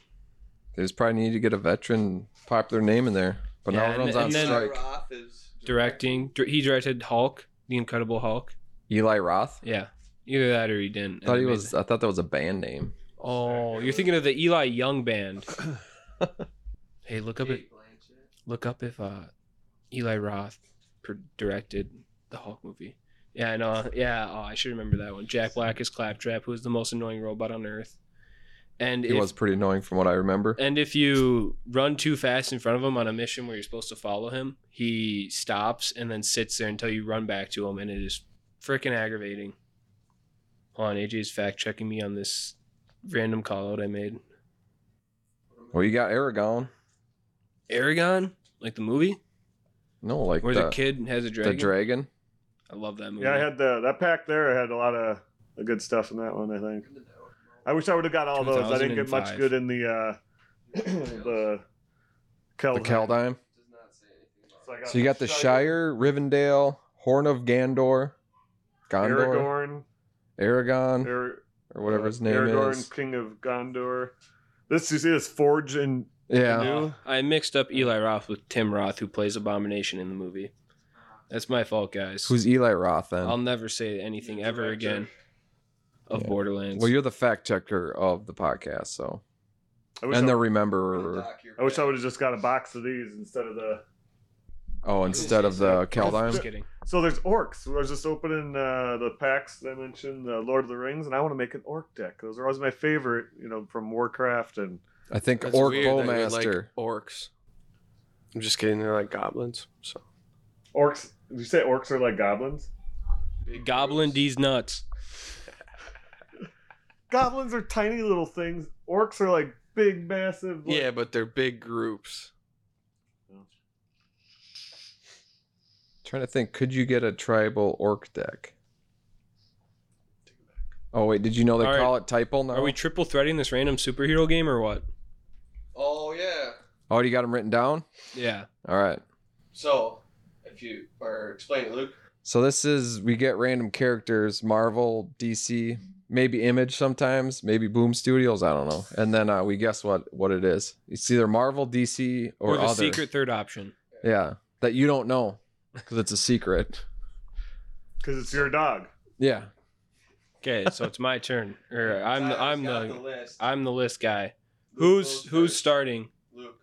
Speaker 4: They just probably need to get a veteran, popular name in there. But
Speaker 2: Yeah,
Speaker 4: now
Speaker 2: and-
Speaker 4: everyone's on
Speaker 2: and then-
Speaker 4: strike.
Speaker 1: Roth is
Speaker 2: Directing, dir- he directed Hulk, The Incredible Hulk.
Speaker 4: Eli Roth.
Speaker 2: Yeah, either that or he didn't.
Speaker 4: I thought he
Speaker 2: And they
Speaker 4: was.
Speaker 2: made-
Speaker 4: I thought that was a band name.
Speaker 2: Oh, you're thinking of the Eli Young band. hey, look up it. Look up if uh, Eli Roth pr- directed the Hulk movie. Yeah, I know. Yeah, oh, I should remember that one. Jack Black is Claptrap, who is the most annoying robot on Earth. And
Speaker 4: It
Speaker 2: if,
Speaker 4: was pretty annoying from what I remember.
Speaker 2: And if you run too fast in front of him on a mission where you're supposed to follow him, he stops and then sits there until you run back to him, and it is freaking aggravating. Hold on, AJ's fact checking me on this random call out I made.
Speaker 4: Well, you got Aragon.
Speaker 2: Aragon, like the movie
Speaker 4: No, like
Speaker 2: where the,
Speaker 4: the,
Speaker 2: kid has a dragon.
Speaker 4: the dragon.
Speaker 2: I love that movie.
Speaker 3: Yeah, I had the that pack there. I had a lot of the good stuff in that one. I think. I wish I would have got all those. I didn't get much
Speaker 2: 2005.
Speaker 3: good in the uh, [coughs] the
Speaker 4: The
Speaker 3: Keldheim.
Speaker 4: Keldheim.
Speaker 1: Does not say anything
Speaker 3: I
Speaker 1: about
Speaker 4: So you got the Shire, Rivendell, Horn of Gandor, Gondor,
Speaker 3: Aragorn,
Speaker 4: Aragon,
Speaker 3: Ar- uh,
Speaker 4: or whatever
Speaker 2: uh,
Speaker 4: his name
Speaker 3: Aragorn,
Speaker 4: is.
Speaker 3: King of Gondor. This you see this forge and
Speaker 4: Yeah.
Speaker 3: New-
Speaker 2: Uh, I mixed up Eli Roth with Tim Roth, who plays Abomination in the movie. That's my fault, guys.
Speaker 4: Who's Eli Roth then?
Speaker 2: I'll never say anything
Speaker 1: The
Speaker 2: ever
Speaker 1: director.
Speaker 2: again of
Speaker 4: Yeah.
Speaker 2: Borderlands.
Speaker 4: well, you're the fact checker of the podcast, so
Speaker 3: I wish,
Speaker 4: and
Speaker 3: I,
Speaker 4: the
Speaker 1: Really
Speaker 4: rememberer.
Speaker 1: dock your
Speaker 3: I wish I
Speaker 1: back.
Speaker 3: would have just got a box of these instead of the.
Speaker 4: Oh, instead of the
Speaker 2: Just
Speaker 4: Keldheim.
Speaker 2: kidding.
Speaker 3: So there's orcs. I was just opening uh, the packs that I mentioned, the Lord of the Rings, and I want to make an orc deck. Those are always my favorite, you know, from Warcraft and
Speaker 4: I think
Speaker 1: That's
Speaker 4: Orc
Speaker 1: weird that you would
Speaker 4: Bowmaster.
Speaker 1: Like orcs. I'm just kidding. They're like goblins. So
Speaker 3: orcs. Did you say orcs are like goblins?
Speaker 2: Goblin D's nuts.
Speaker 3: Goblins are tiny little things. Orcs are like big, massive. like-
Speaker 1: Yeah, but they're big groups.
Speaker 4: Trying to think, could you get a tribal orc deck? Oh wait, did you know they
Speaker 2: All
Speaker 4: call it typal now?
Speaker 2: Are we triple threading this random superhero game or what?
Speaker 1: Oh yeah.
Speaker 4: oh, you got them written down?
Speaker 2: Yeah.
Speaker 4: All right.
Speaker 1: So if you are explaining Luke.
Speaker 4: So this is we get random characters, Marvel, DC, maybe Image sometimes, maybe Boom Studios, I don't know. And then uh, we guess what what it is. It's either Marvel, DC, or,
Speaker 2: Or, the
Speaker 4: other.
Speaker 2: secret third option.
Speaker 4: Yeah, that you don't know because it's a secret.
Speaker 3: Because it's your dog.
Speaker 4: Yeah.
Speaker 2: Okay, so it's my turn. Or
Speaker 1: [laughs]
Speaker 2: I'm the,
Speaker 1: Tyler's
Speaker 2: I'm
Speaker 1: got
Speaker 2: the
Speaker 1: list.
Speaker 2: I'm the list guy.
Speaker 1: Luke
Speaker 2: Who's
Speaker 1: goes
Speaker 2: who's
Speaker 1: first.
Speaker 2: starting?
Speaker 1: Luke.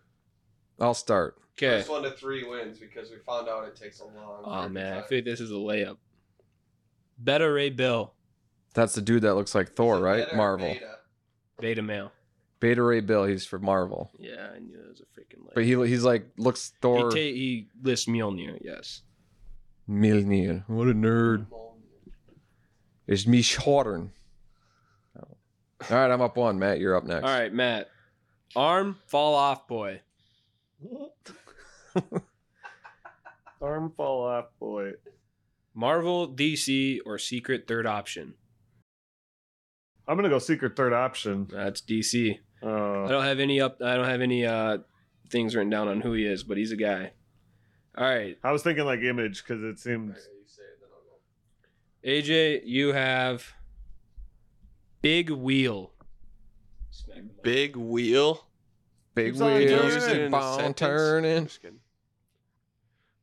Speaker 4: I'll start.
Speaker 2: Okay.
Speaker 1: First one to three wins because we found out it takes a long.
Speaker 2: Oh
Speaker 1: freaking
Speaker 2: man, I
Speaker 1: time.
Speaker 2: feel like this is a layup. Beta Ray Bill,
Speaker 4: That's the dude that looks like Thor,
Speaker 1: Is it
Speaker 4: right?
Speaker 1: beta or
Speaker 4: Marvel. Beta.
Speaker 1: beta?
Speaker 2: Beta Male.
Speaker 4: Ray Bill, he's for Marvel.
Speaker 2: Yeah, I knew that was a freaking layup.
Speaker 4: But he he's like looks
Speaker 2: he,
Speaker 4: Thor
Speaker 2: ta- he lists Mjolnir. Yes.
Speaker 4: Milnir. What a nerd. It's me Horn. All right, I'm up one. Matt, you're up next.
Speaker 2: All right, Matt. Arm fall off boy.
Speaker 3: Arm fall off, boy.
Speaker 2: Marvel, DC, or secret third option.
Speaker 3: I'm gonna go secret third option.
Speaker 2: That's DC. I
Speaker 3: Uh,
Speaker 2: don't have any up. I don't have any uh things written down on who he is, but he's a guy. All right,
Speaker 3: I was thinking like image because it seemed
Speaker 1: Okay, you say it, then I'll go.
Speaker 2: AJ, you have Big Wheel. Smack the mic.
Speaker 1: Big wheel.
Speaker 4: Big
Speaker 3: Keeps on
Speaker 1: Could you
Speaker 3: Turn.
Speaker 1: use it in
Speaker 4: wheels
Speaker 1: a
Speaker 4: bound
Speaker 1: sentence?
Speaker 4: turning.
Speaker 1: Just kidding.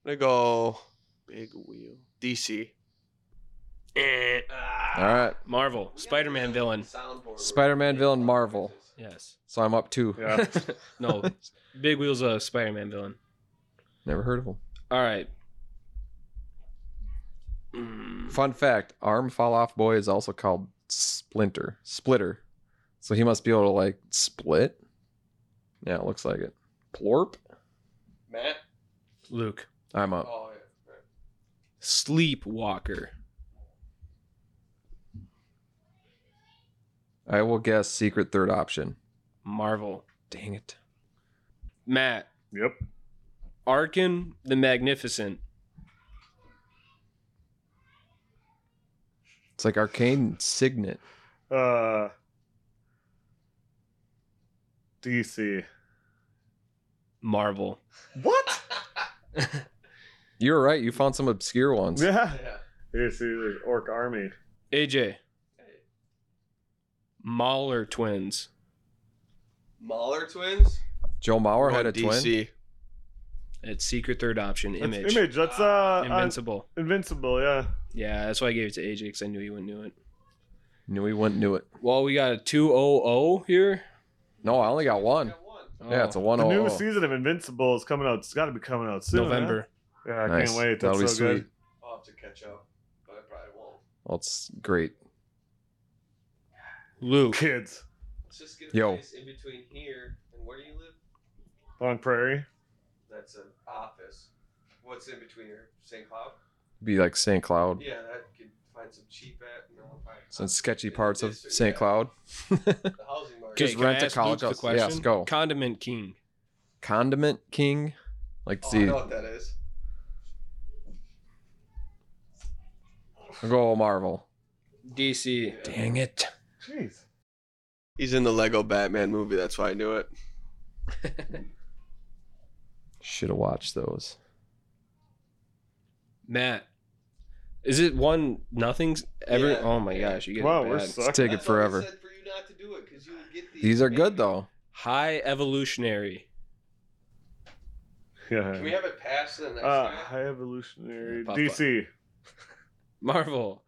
Speaker 1: I'm gonna go big wheel. DC.
Speaker 2: Eh.
Speaker 4: All right,
Speaker 2: Marvel, Spider-Man villain.
Speaker 1: Soundboard.
Speaker 4: Spider-Man villain, Marvel.
Speaker 2: Yes.
Speaker 4: so I'm up two.
Speaker 3: yeah.
Speaker 2: no, Big Wheel's a Spider-Man villain.
Speaker 4: Never heard of him.
Speaker 2: All right. Mm,
Speaker 4: Fun fact: Arm Fall Off Boy is also called Splinter, Splitter. So he must be able to like split. Yeah, it looks like it. Plorp.
Speaker 1: Matt.
Speaker 2: Luke,
Speaker 4: I'm up.
Speaker 1: Oh yeah. Right.
Speaker 2: Sleepwalker.
Speaker 4: I will guess secret third option.
Speaker 2: Marvel,
Speaker 4: Dang it.
Speaker 2: Matt,
Speaker 3: Yep.
Speaker 2: Arkin the Magnificent.
Speaker 4: It's like arcane signet.
Speaker 3: Uh, DC.
Speaker 2: Marvel.
Speaker 3: What?
Speaker 4: You're right. You found some obscure ones.
Speaker 3: Yeah.
Speaker 1: yeah.
Speaker 3: Here, see, there's orc army.
Speaker 2: AJ. Mahler twins.
Speaker 1: [laughs] Mahler twins.
Speaker 4: Joe Mauer had a
Speaker 1: Going
Speaker 4: twin.
Speaker 1: DC.
Speaker 2: It's secret third option.
Speaker 3: That's
Speaker 2: Image. Ah,
Speaker 3: image. That's uh, invincible.
Speaker 2: Invincible.
Speaker 3: invincible. Yeah.
Speaker 2: yeah, that's why I gave it to AJ because I knew he wouldn't do it.
Speaker 4: Knew he wouldn't do it.
Speaker 2: Well, we got a 200 here.
Speaker 4: No, I only got one.
Speaker 1: Got one.
Speaker 4: Yeah, it's a
Speaker 2: Oh,
Speaker 4: one.
Speaker 3: the new season of Invincible is coming out. It's got to be coming out soon. huh?
Speaker 2: November.
Speaker 3: Yeah, I
Speaker 4: Nice.
Speaker 3: can't wait. That's
Speaker 4: That'll be
Speaker 3: so good.
Speaker 4: sweet.
Speaker 1: I'll have to catch up, but I probably won't.
Speaker 4: Well, it's great.
Speaker 2: Luke.
Speaker 3: Kids,
Speaker 1: Let's just get a
Speaker 4: Yo.
Speaker 1: place in between here and where do you live?
Speaker 3: Long Prairie.
Speaker 1: That's an office. What's in between here? St. Cloud?
Speaker 4: Be like St. Cloud.
Speaker 1: Yeah, that could find some cheap at. No, probably not.
Speaker 4: Some sketchy
Speaker 1: In the
Speaker 4: parts of
Speaker 1: district,
Speaker 4: St.
Speaker 1: yeah.
Speaker 4: Cloud. [laughs]
Speaker 1: The housing market.
Speaker 2: Okay,
Speaker 4: Just
Speaker 2: can I
Speaker 4: rent a
Speaker 2: ask
Speaker 4: college
Speaker 2: Luke
Speaker 4: house.
Speaker 2: the question?
Speaker 4: Yes, go.
Speaker 2: Condiment King.
Speaker 4: Condiment King. Like
Speaker 1: oh, I
Speaker 4: the
Speaker 1: know what that is.
Speaker 4: I'll go Marvel.
Speaker 2: DC.
Speaker 4: Dang it.
Speaker 3: Jeez.
Speaker 1: He's in the Lego Batman movie. That's why I knew it.
Speaker 4: Should have watched those.
Speaker 2: Matt, is it one nothing? Every
Speaker 1: Yeah.
Speaker 2: oh my gosh, you get
Speaker 3: Wow,
Speaker 2: bad.
Speaker 3: we're
Speaker 4: It's
Speaker 3: sucking.
Speaker 4: taking
Speaker 1: That's why I
Speaker 4: forever.
Speaker 1: said for you not to do it, 'cause you would get these.
Speaker 4: These are good though.
Speaker 2: high evolutionary.
Speaker 1: Can
Speaker 3: Yeah.
Speaker 1: we have it past the next
Speaker 3: Uh,
Speaker 1: guy?
Speaker 3: high evolutionary
Speaker 2: Pop
Speaker 3: DC.
Speaker 2: Marvel.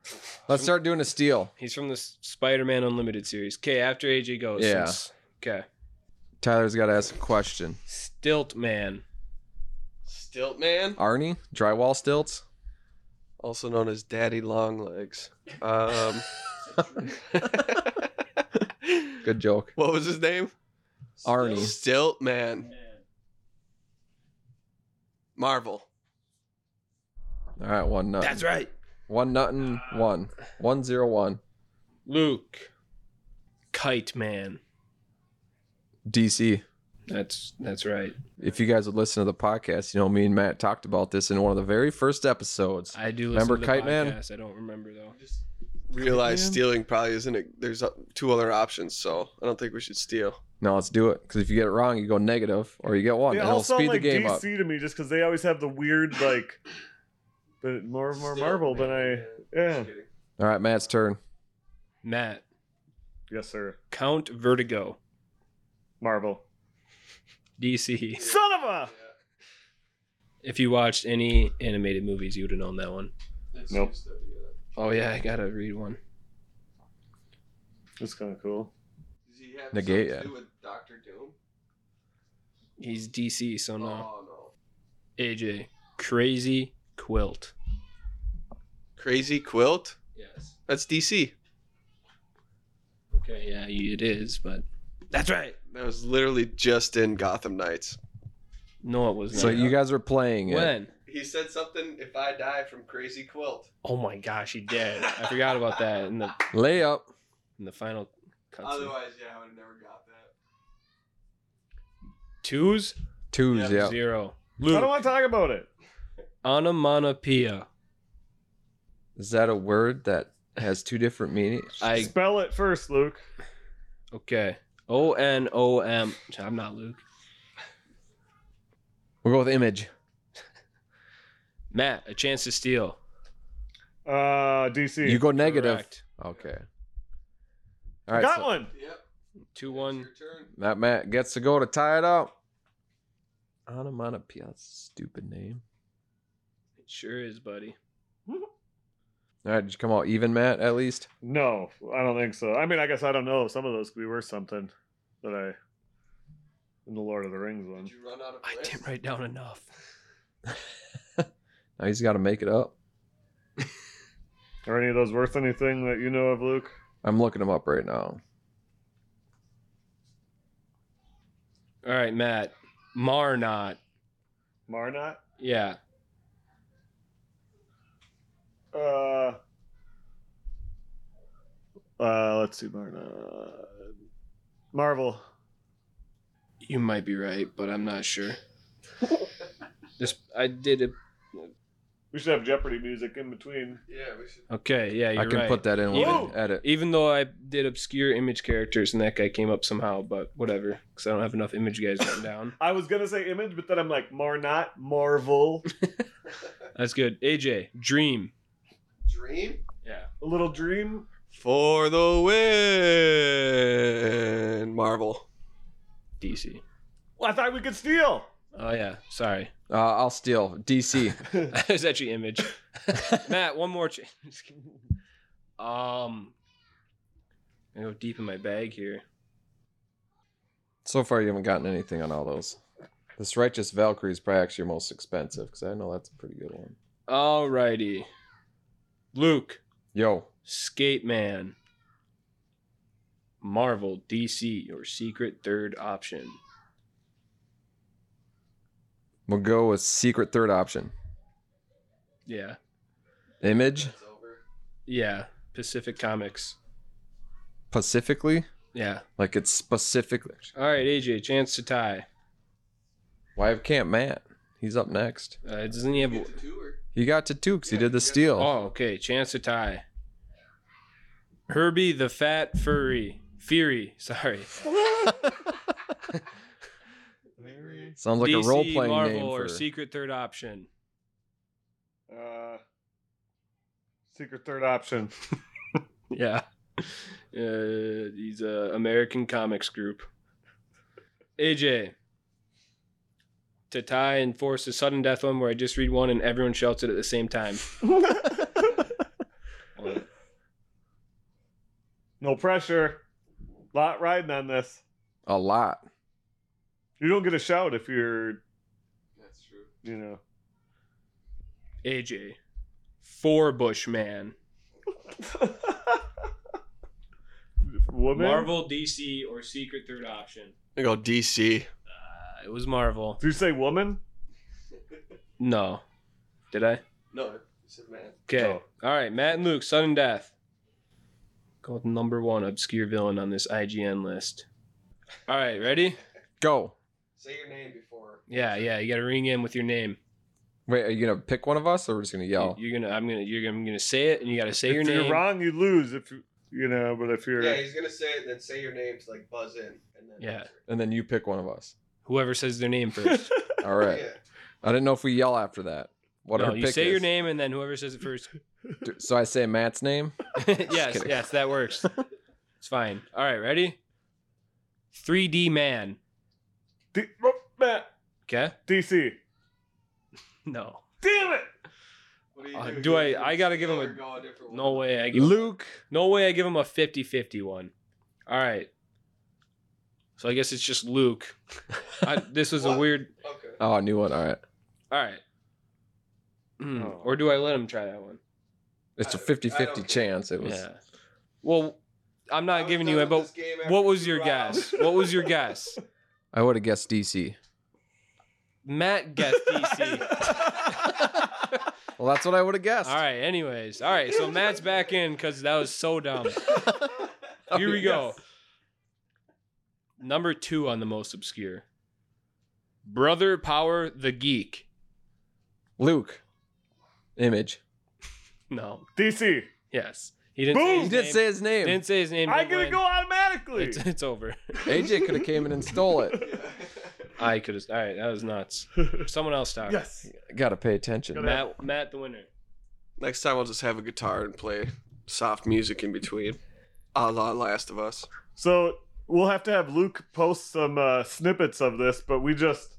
Speaker 4: Let's start doing a steal.
Speaker 2: He's from the S- Spider-Man Unlimited series. Okay, after AJ goes.
Speaker 4: Yeah.
Speaker 2: Okay.
Speaker 4: Tyler's got to ask a question.
Speaker 2: Stilt Man.
Speaker 1: Stilt Man,
Speaker 4: Arnie, drywall stilts.
Speaker 1: also known as Daddy Long Legs. Um, [laughs]
Speaker 4: Good joke.
Speaker 1: what was his name?
Speaker 4: Arnie.
Speaker 1: Stilt Man. Marvel.
Speaker 4: All right, one nut.
Speaker 2: That's right.
Speaker 4: One nothing. One. One zero one.
Speaker 2: Luke. Kite Man.
Speaker 4: DC.
Speaker 2: That's that's right.
Speaker 4: If you guys would listen to the podcast, you know me and Matt talked about this in one of the very first episodes.
Speaker 2: I do listen
Speaker 4: Remember
Speaker 2: to the
Speaker 4: Kite Man?
Speaker 2: podcast. I don't remember though.
Speaker 1: Realize
Speaker 4: Yeah.
Speaker 1: stealing probably isn't it. There's uh, two other options, so I don't think we should steal.
Speaker 4: No, let's do it. Because if you get it wrong, you go negative, or you get one,
Speaker 3: They
Speaker 4: and
Speaker 3: all
Speaker 4: it'll
Speaker 3: sound
Speaker 4: speed
Speaker 3: like
Speaker 4: the game
Speaker 3: DC
Speaker 4: up.
Speaker 3: to me just because they always have the weird like, but more more Marvel than I. Yeah.
Speaker 4: All right, Matt's turn.
Speaker 2: Matt.
Speaker 3: Yes, sir.
Speaker 2: Count Vertigo.
Speaker 3: Marvel.
Speaker 2: DC.
Speaker 3: Son of a.
Speaker 2: If you watched any animated movies, you would have known that one.
Speaker 3: Nope.
Speaker 2: Oh yeah, I gotta read one.
Speaker 3: That's kind of cool.
Speaker 1: Does he have
Speaker 4: Negate,
Speaker 1: something to
Speaker 4: yeah.
Speaker 1: do with Doctor Doom?
Speaker 2: He's DC, so no.
Speaker 1: Oh no.
Speaker 2: AJ, Crazy Quilt.
Speaker 1: Crazy Quilt.
Speaker 2: Yes.
Speaker 1: That's DC.
Speaker 2: Okay, yeah, you- it is, but that's right.
Speaker 1: That was literally just in Gotham Knights.
Speaker 2: No, it was not.
Speaker 4: So you guys are playing it.
Speaker 2: when?
Speaker 1: He said something. If I die from Crazy Quilt.
Speaker 2: Oh my gosh, he did. I forgot about that in the
Speaker 4: Layup.
Speaker 2: in the final cutscene.
Speaker 1: Otherwise, yeah, I would have never got that.
Speaker 2: Twos
Speaker 4: Twos, yeah.
Speaker 2: zero.
Speaker 3: I don't
Speaker 2: Luke
Speaker 3: want to talk about it.
Speaker 2: onomatopoeia.
Speaker 4: Is that a word that has two different meanings?
Speaker 2: I
Speaker 3: Spell it first, Luke.
Speaker 2: okay. O N O M. I'm not Luke.
Speaker 4: We'll go with image.
Speaker 2: Matt, a chance to steal.
Speaker 3: Uh, DC.
Speaker 4: You go negative.
Speaker 2: Correct.
Speaker 4: Okay. All right.
Speaker 3: Got
Speaker 4: so
Speaker 3: one.
Speaker 1: Yep.
Speaker 2: Two one.
Speaker 1: It's your turn.
Speaker 4: Matt Matt gets to go to tie it up. Onomatopoeia. That's a stupid name.
Speaker 2: It sure is, buddy.
Speaker 4: All right. Did you come out even, Matt, at least?
Speaker 3: No, I don't think so. I mean, I guess I don't know. Some of those could be worth something that I. In the Lord of the Rings one.
Speaker 1: Did you run out of?
Speaker 2: I
Speaker 1: lists?
Speaker 2: didn't write down enough.
Speaker 4: Now he's got to make it up.
Speaker 3: Are any of those worth anything that you know of, Luke?
Speaker 4: I'm looking him up right now.
Speaker 2: All right, Matt. Marnot.
Speaker 3: Marnot?
Speaker 2: Yeah.
Speaker 3: Uh, uh, let's see, Marna. Marvel.
Speaker 2: You might be right, but I'm not sure. this I did it.
Speaker 3: We should have Jeopardy music in between.
Speaker 1: Yeah, we should.
Speaker 2: Okay, yeah, you're
Speaker 4: I can
Speaker 2: right.
Speaker 4: put that in with
Speaker 3: Whoa!
Speaker 4: an edit.
Speaker 2: Even though I did obscure image characters and that guy came up somehow, but whatever, because I don't have enough image guys written down.
Speaker 3: I was gonna say image, but then I'm like Marnot, Marvel,
Speaker 2: That's good. AJ, Dream.
Speaker 1: Dream
Speaker 2: Yeah.
Speaker 3: a little dream.
Speaker 1: for the win. Marvel.
Speaker 2: DC.
Speaker 3: Well, I thought we could steal. [laughs]
Speaker 2: Oh yeah. Sorry, [laughs]
Speaker 4: Uh, I'll steal DC.
Speaker 2: it was actually image. Matt, one more. Ch- [laughs] Just kidding. um, I go deep in my bag here.
Speaker 4: so far, you haven't gotten anything on all those. This righteous Valkyrie is probably actually your most expensive because I know that's a pretty good one.
Speaker 2: Alrighty, Luke,
Speaker 4: Yo,
Speaker 2: Skate Man, Marvel, DC, your secret third option.
Speaker 4: we'll go with secret third option.
Speaker 2: Yeah.
Speaker 4: Image
Speaker 1: It's over.
Speaker 2: Yeah, Pacific Comics.
Speaker 4: specifically,
Speaker 2: Yeah.
Speaker 4: like it's specifically.
Speaker 2: All right, AJ, chance to tie.
Speaker 4: Why have Camp Matt? He's up next.
Speaker 2: Uh, doesn't he have?
Speaker 1: Get to two or-
Speaker 4: He got to two because he
Speaker 1: Yeah,
Speaker 4: did the
Speaker 1: he got-
Speaker 4: steal.
Speaker 2: Oh, okay, chance to tie. Herbie the [laughs] Oh. Fat Furry Fury. Sorry.
Speaker 4: [laughs] Sounds like
Speaker 2: DC,
Speaker 4: a role playing
Speaker 2: Marvel,
Speaker 4: name
Speaker 2: or
Speaker 4: for
Speaker 2: secret third option.
Speaker 3: Uh, secret third option.
Speaker 2: [laughs] Yeah. Uh, he's a American comics group. AJ. To tie and force a sudden death one where I just read one and everyone shouts it at the same time.
Speaker 3: [laughs] no pressure. Lot riding on this.
Speaker 4: a lot.
Speaker 3: You don't get a shout if you're,
Speaker 1: That's true.
Speaker 2: [laughs]
Speaker 3: you know.
Speaker 2: AJ. For Bushman.
Speaker 3: Woman.
Speaker 2: Marvel, DC, or secret third option.
Speaker 1: I go DC.
Speaker 2: Uh, it was Marvel.
Speaker 3: Did you say woman?
Speaker 2: No. Did I?
Speaker 1: No, I said man.
Speaker 2: Okay. All right. Matt and Luke, sudden death. Go with number one obscure villain on this IGN list. All right. Ready?
Speaker 4: Go.
Speaker 1: Say your name before.
Speaker 2: Yeah, yeah. You got to ring in with your name.
Speaker 4: Wait, are you gonna pick one of us, or we're just gonna yell?
Speaker 2: You're gonna. I'm gonna. You're gonna, I'm gonna say it, and you got to say
Speaker 3: if
Speaker 2: your
Speaker 3: you're
Speaker 2: name.
Speaker 3: wrong, you lose. If you, you know, but if you're
Speaker 1: Yeah, he's gonna say it, and then say your name to like buzz in, and then
Speaker 2: Yeah.
Speaker 1: answer.
Speaker 4: And then you pick one of us.
Speaker 2: Whoever says their name
Speaker 4: [laughs]
Speaker 2: first.
Speaker 4: All right.
Speaker 1: Yeah.
Speaker 4: I didn't know if we yell after that. What
Speaker 2: no,
Speaker 4: our
Speaker 2: you
Speaker 4: pick
Speaker 2: say your
Speaker 4: is.
Speaker 2: name, and then whoever says it first. [laughs]
Speaker 4: D- So I say Matt's name.
Speaker 2: yes,
Speaker 4: kidding.
Speaker 2: yes, that
Speaker 4: [laughs]
Speaker 2: works. It's fine. All right. Ready? 3D man.
Speaker 3: [laughs] D- oh, Matt,
Speaker 2: Okay.
Speaker 3: DC.
Speaker 2: No.
Speaker 3: Damn it!
Speaker 1: What do you
Speaker 2: Uh,
Speaker 1: do?
Speaker 2: do I-
Speaker 1: You
Speaker 2: I gotta give him
Speaker 1: or
Speaker 2: a-
Speaker 1: go different
Speaker 2: No
Speaker 1: way.
Speaker 2: way. I give
Speaker 4: Luke.
Speaker 2: No way I give him a 50 50 one. All right. So I guess it's just Luke. I,
Speaker 1: [laughs]
Speaker 2: this was a
Speaker 1: What?
Speaker 2: weird.
Speaker 1: Okay.
Speaker 4: Oh, new one. All right.
Speaker 2: All right. Hmm,
Speaker 3: Oh.
Speaker 2: Or do I let him try that one?
Speaker 4: It's a
Speaker 1: I- I
Speaker 4: 50 50
Speaker 1: don't care.
Speaker 4: chance. It was.
Speaker 2: Yeah. Well, I'm
Speaker 1: I
Speaker 2: not
Speaker 1: was
Speaker 2: giving
Speaker 1: done
Speaker 2: you it,
Speaker 1: with
Speaker 2: but
Speaker 1: this game after
Speaker 2: what was
Speaker 1: two
Speaker 2: your
Speaker 1: rounds.
Speaker 2: guess? [laughs] What was your
Speaker 1: [laughs]
Speaker 2: guess?
Speaker 4: I would have guessed DC.
Speaker 2: Matt guessed
Speaker 1: [laughs]
Speaker 2: DC.
Speaker 3: [laughs]
Speaker 4: Well, that's what I would have guessed.
Speaker 2: All right. Anyways, all right. So Matt's back in because that was so
Speaker 1: [laughs]
Speaker 2: dumb.
Speaker 1: Oh,
Speaker 2: Here we go. Number two on the most obscure. Brother Power the Geek.
Speaker 4: [laughs] Luke. Image.
Speaker 2: No.
Speaker 3: DC.
Speaker 2: Yes. He didn't.
Speaker 3: Boom!
Speaker 2: Say
Speaker 4: He
Speaker 2: his
Speaker 4: didn't
Speaker 2: name.
Speaker 4: say his name.
Speaker 2: Didn't say his name.
Speaker 3: I
Speaker 2: didn't
Speaker 3: get to
Speaker 2: win.
Speaker 3: go automatically. [laughs]
Speaker 2: It's, it's over.
Speaker 4: AJ could have came in and stole it.
Speaker 2: I could have. All right, that was nuts. Someone else talk.
Speaker 3: yes.
Speaker 4: Gotta pay attention.
Speaker 3: Gotta-
Speaker 2: Matt, Matt, the winner.
Speaker 1: Next time I'll just have a guitar and play soft music in between, a la Last of Us.
Speaker 3: So we'll have to have Luke post some uh, snippets of this, but we just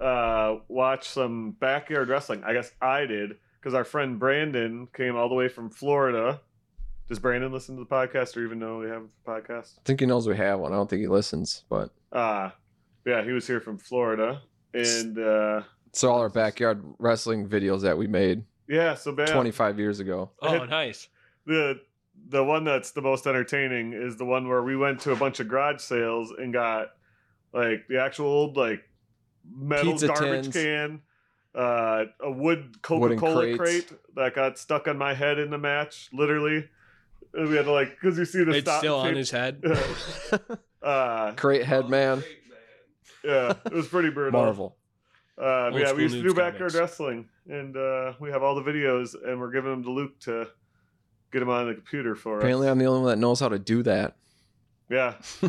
Speaker 3: uh, watched some backyard wrestling. I guess I did because our friend Brandon came all the way from Florida. Does Brandon listen to the podcast or even know we have a podcast?
Speaker 4: I think he knows we have one. I don't think he listens, but
Speaker 3: Uh, yeah, he was here from Florida. And uh,
Speaker 4: it's all our backyard wrestling videos that we made
Speaker 3: yeah, so bad.
Speaker 4: 25 years
Speaker 3: [laughs]
Speaker 4: ago.
Speaker 2: Oh, nice.
Speaker 3: the the one that's the most entertaining is the one where we went to a bunch of garage sales and got like the actual old like metal
Speaker 4: Pizza
Speaker 3: garbage
Speaker 4: tins.
Speaker 3: can, uh, a wood Coca
Speaker 4: Wooden
Speaker 3: Cola
Speaker 4: crates.
Speaker 3: crate that got stuck on my head in the match, literally. And we had to like because you see the
Speaker 2: It's
Speaker 3: stop
Speaker 2: still on
Speaker 3: tape.
Speaker 2: his head.
Speaker 3: [laughs] uh,
Speaker 4: Great head man.
Speaker 1: Great man.
Speaker 3: yeah, it was pretty brutal.
Speaker 4: Marvel.
Speaker 3: Uh, but
Speaker 2: Old
Speaker 3: yeah,
Speaker 2: school
Speaker 3: we used to do
Speaker 2: news
Speaker 3: backyard
Speaker 2: comics.
Speaker 3: wrestling, and uh, we have all the videos, and we're giving them to Luke to get them on the computer for
Speaker 4: Apparently,
Speaker 3: us.
Speaker 4: I'm the only one that knows how to do that.
Speaker 3: Yeah.
Speaker 2: Uh,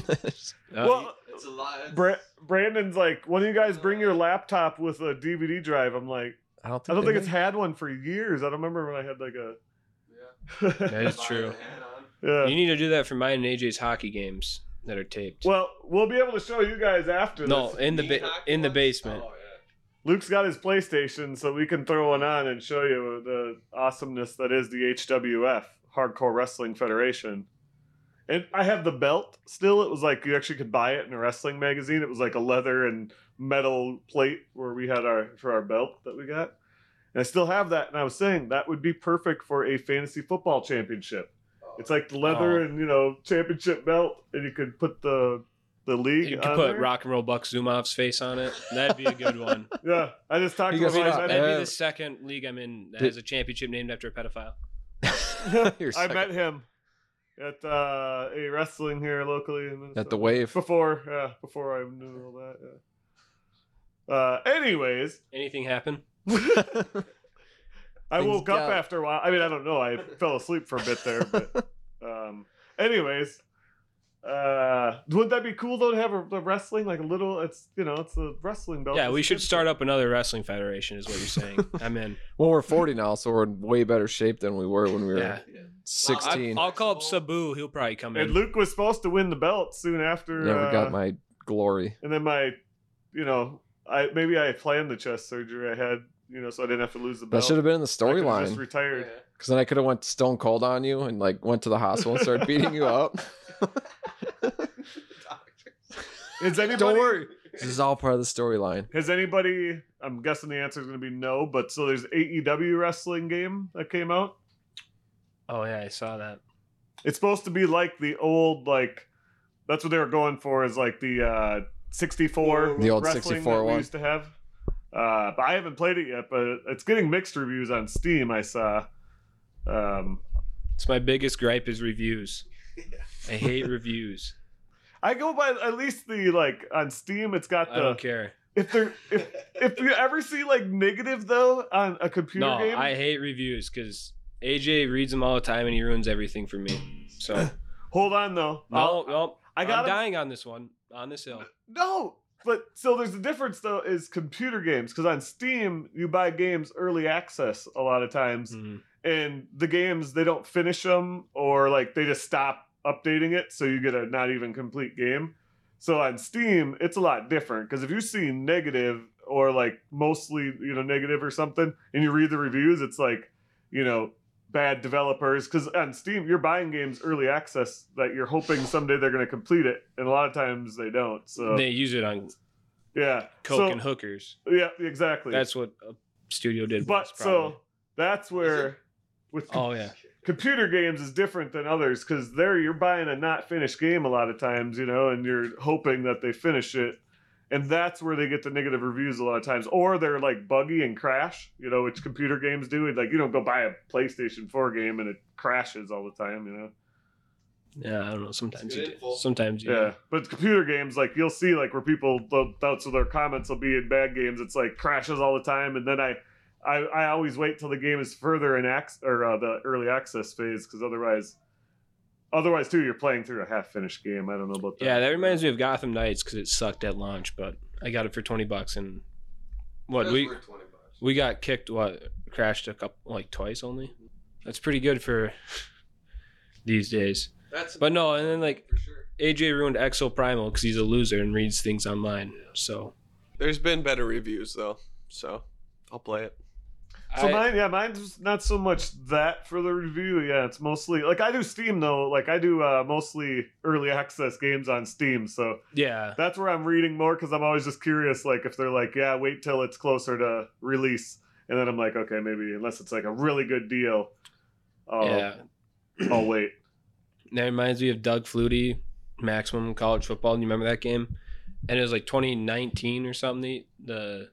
Speaker 3: well,
Speaker 1: It's a lot. it's-
Speaker 3: Bra- Brandon's like, when do you guys bring your laptop with a DVD drive? I'm like,
Speaker 4: I don't
Speaker 3: I don't
Speaker 4: they
Speaker 3: think it's
Speaker 4: do.
Speaker 3: had one for years. I don't remember when I had like [laughs]
Speaker 1: Yeah.
Speaker 3: a.
Speaker 2: That is
Speaker 1: Buy
Speaker 2: true.
Speaker 1: the hat on.
Speaker 3: yeah.
Speaker 2: You need to do that for mine and AJ's hockey games that are taped.
Speaker 3: Well, we'll be able to show you guys after
Speaker 2: no,
Speaker 3: this.
Speaker 2: in the
Speaker 1: Knee
Speaker 2: ba-
Speaker 1: hockey
Speaker 2: in the
Speaker 1: ones?
Speaker 2: basement.
Speaker 1: Oh, yeah.
Speaker 3: Luke's got his PlayStation, so we can throw one on and show you the awesomeness that is the HWF, Hardcore Wrestling Federation. And I have the belt still. It was like you actually could buy it in a wrestling magazine. It was like a leather and metal plate where we had our for our belt that we got. And I still have that. And I was saying that would be perfect for a fantasy football championship.
Speaker 1: Oh,
Speaker 3: It's like the leather
Speaker 2: Oh.
Speaker 3: and you know championship belt, and you could put the the league.
Speaker 2: You could
Speaker 3: on
Speaker 2: put
Speaker 3: there.
Speaker 2: Rock and Roll Buck Zumov's face on it. That'd be a
Speaker 3: [laughs]
Speaker 2: good one.
Speaker 3: Yeah, I just talked
Speaker 4: You
Speaker 3: to
Speaker 4: guys
Speaker 3: my
Speaker 4: got
Speaker 3: friend-
Speaker 2: That'd be
Speaker 4: Uh,
Speaker 2: the second league I'm in that
Speaker 4: did-
Speaker 2: has a championship named after a pedophile.
Speaker 4: [laughs]
Speaker 3: [laughs]
Speaker 4: You're
Speaker 3: I
Speaker 4: sucking.
Speaker 3: met him at uh, a wrestling here locally in Minnesota.
Speaker 4: At the wave.
Speaker 3: before, yeah, before I knew all that. Yeah. Uh, anyways,
Speaker 4: [laughs]
Speaker 2: Anything happen?
Speaker 3: I
Speaker 4: Things
Speaker 3: woke up
Speaker 4: got-
Speaker 3: after a
Speaker 4: [laughs]
Speaker 3: while. I mean, I don't know. I fell asleep for a bit there, but um, anyways, Uh, would that be cool though to have a, a wrestling like a little? It's you know, it's a wrestling belt.
Speaker 2: Yeah, we should start up another wrestling federation, is what you're [laughs] saying. I'm in.
Speaker 4: Well, we're 40 now, so we're in way better shape than we were when we were
Speaker 2: Yeah.
Speaker 4: 16.
Speaker 2: I'll, I'll call up Sabu. He'll probably come in.
Speaker 3: And Luke was supposed to win the belt soon after.
Speaker 4: Never
Speaker 3: uh,
Speaker 4: got my glory.
Speaker 3: and then my, you know, I maybe I planned the chest surgery I had, you know, so I didn't have to lose the
Speaker 4: That
Speaker 3: belt.
Speaker 4: should have been in the
Speaker 3: I could've Just
Speaker 4: storyline.
Speaker 3: retired.
Speaker 4: Because then I could have went stone cold on you and like went to the hospital and started beating you up.
Speaker 1: [laughs]
Speaker 3: Is anybody?
Speaker 4: Don't worry. [laughs] This is all part of the storyline.
Speaker 3: Has anybody? I'm guessing the answer is going to be no. But so there's AEW wrestling game that came out.
Speaker 2: oh yeah, I saw that.
Speaker 3: It's supposed to be like the old like. That's what they were going for is like the uh, 64
Speaker 4: The old
Speaker 3: wrestling
Speaker 4: 64
Speaker 3: that we
Speaker 4: one.
Speaker 3: used to have. Uh, but I haven't played it yet, but it's getting mixed reviews on Steam. I saw. Um,
Speaker 2: It's my biggest gripe is
Speaker 3: [laughs]
Speaker 2: reviews. I hate reviews.
Speaker 3: I go by at least the like on Steam. It's got
Speaker 2: I don't
Speaker 3: the
Speaker 2: care.
Speaker 3: if they're if if you ever see like negative though on a computer
Speaker 2: No,
Speaker 3: game.
Speaker 2: I hate reviews because AJ reads them all the time and he ruins everything for me.
Speaker 3: [laughs]
Speaker 2: So oh,
Speaker 3: Hold on though.
Speaker 2: no, no,
Speaker 3: I
Speaker 2: I
Speaker 3: got
Speaker 2: got am
Speaker 3: him.
Speaker 2: dying on this one, on this
Speaker 3: [laughs]
Speaker 2: hill.
Speaker 3: No, but so there's a difference though is computer games because on Steam you buy games early access a lot of times,
Speaker 2: Mhm.
Speaker 3: and the games they don't finish them or like they just stop updating it, so you get a not even complete game. So on Steam it's a lot different because if you see negative or like mostly you know negative or something, and you read the reviews, it's like you know bad developers because on steam you're buying games early access that you're hoping someday they're going to complete it and a lot of times they don't so
Speaker 2: They use it on
Speaker 3: yeah.
Speaker 2: coke
Speaker 3: so,
Speaker 2: and hookers.
Speaker 3: Yeah, exactly.
Speaker 2: That's what a studio did.
Speaker 3: but
Speaker 2: once,
Speaker 3: so
Speaker 2: probably.
Speaker 3: that's where with com-
Speaker 2: oh yeah,
Speaker 3: computer games is different than others because there you're buying a not finished game a lot of times, you know, and you're hoping that they finish it. And that's where they get the negative reviews a lot of times. Or they're like buggy and crash, you know, which computer games do. Like you don't go buy a PlayStation 4 game and it crashes all the time, you know.
Speaker 2: yeah. I don't know. Sometimes you
Speaker 1: Good
Speaker 2: do.
Speaker 1: info.
Speaker 2: Sometimes you.
Speaker 3: Yeah. But computer games, like you'll see, like where people they'll- that's so their comments will be in bad games. It's like crashes all the time, and then I, I, I always wait till the game is further in ax or uh, the early access phase because otherwise, otherwise too, you're playing through a half finished game. I don't know about that.
Speaker 2: Yeah, that reminds me of Gotham Knights because it sucked at launch, but I got it for twenty bucks and what we we got kicked what crashed a couple like twice only. That's pretty good for [laughs] these days.
Speaker 1: That's
Speaker 2: But no, and then like
Speaker 1: for sure.
Speaker 2: AJ ruined Exo Primal because he's a loser and reads things online. So
Speaker 1: There's been better reviews though, so I'll play it.
Speaker 3: So
Speaker 2: I-
Speaker 3: mine, yeah, mine's not so much that for the review. Yeah, it's mostly like I do Steam though. Like I do uh, mostly early access games on Steam, so
Speaker 2: yeah,
Speaker 3: That's where I'm reading more because I'm always just curious, like if they're like, yeah, wait till it's closer to release, and then I'm like, okay, maybe unless it's like a really good deal, I'll,
Speaker 2: yeah.
Speaker 3: [clears throat] I'll wait.
Speaker 2: That reminds me of Doug Flutie, Maximum College Football. Do you remember that game? And it was like 2019 or something, the, the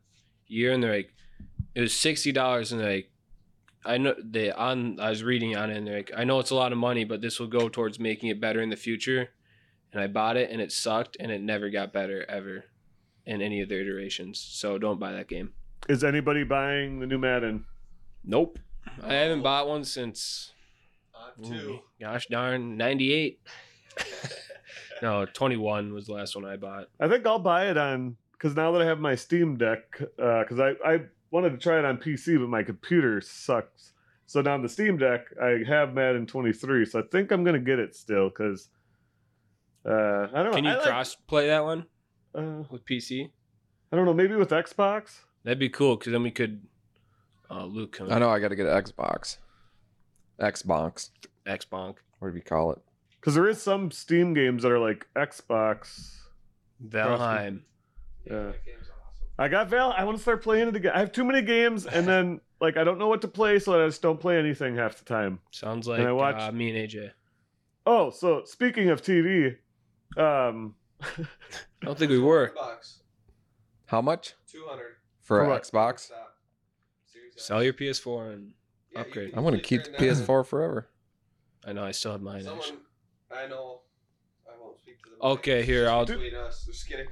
Speaker 2: year. And they're like, it was $60. And they're like, I know they on, I was reading on it and they're like, I know it's a lot of money, but this will go towards making it better in the future. And I bought it and it sucked and it never got better ever in any of their iterations. So don't buy that game.
Speaker 3: Is anybody buying the new Madden?
Speaker 2: Nope. I haven't bought one since,
Speaker 1: On
Speaker 2: ooh, gosh darn, 98. [laughs] No, 21 was the last one I bought.
Speaker 3: I think I'll buy it on because now that I have my Steam Deck, because I I wanted to try it on PC, but my computer sucks. So now on the Steam Deck, I have Madden 23, so I think I'm gonna get it still because uh, I don't know.
Speaker 2: Can you
Speaker 3: I like-
Speaker 2: cross play that one
Speaker 3: uh,
Speaker 2: with PC?
Speaker 3: I don't know. Maybe with Xbox.
Speaker 2: That'd be cool because then we could. Oh, Luke, come
Speaker 4: I know I got to get an Xbox. Xbox.
Speaker 2: X bonk.
Speaker 4: Whatever you call it.
Speaker 3: Because there is some Steam games that are like Xbox.
Speaker 2: Valheim.
Speaker 3: Yeah. I got Val. I want to start playing it again. I have too many games, and then like I don't know what to play, so I just don't play anything half the time.
Speaker 2: Sounds like
Speaker 3: I watch-
Speaker 2: uh, me and AJ.
Speaker 3: Oh, so speaking of TV, um,
Speaker 2: I don't think we were.
Speaker 1: Bucks,
Speaker 4: How much
Speaker 1: 200.
Speaker 4: for
Speaker 3: For
Speaker 4: an
Speaker 3: what?
Speaker 4: Xbox?
Speaker 1: Stop. Series X.
Speaker 2: Sell your PS4 and
Speaker 1: Yeah, you
Speaker 2: upgrade.
Speaker 1: can
Speaker 4: I'm going to
Speaker 1: use it
Speaker 4: keep the
Speaker 1: right now.
Speaker 4: PS4 forever.
Speaker 2: I know I still have [laughs] mine.
Speaker 1: Someone,
Speaker 2: Actually.
Speaker 1: I know. I won't speak to them.
Speaker 2: Okay, here I'll.
Speaker 1: Between us, just kidding.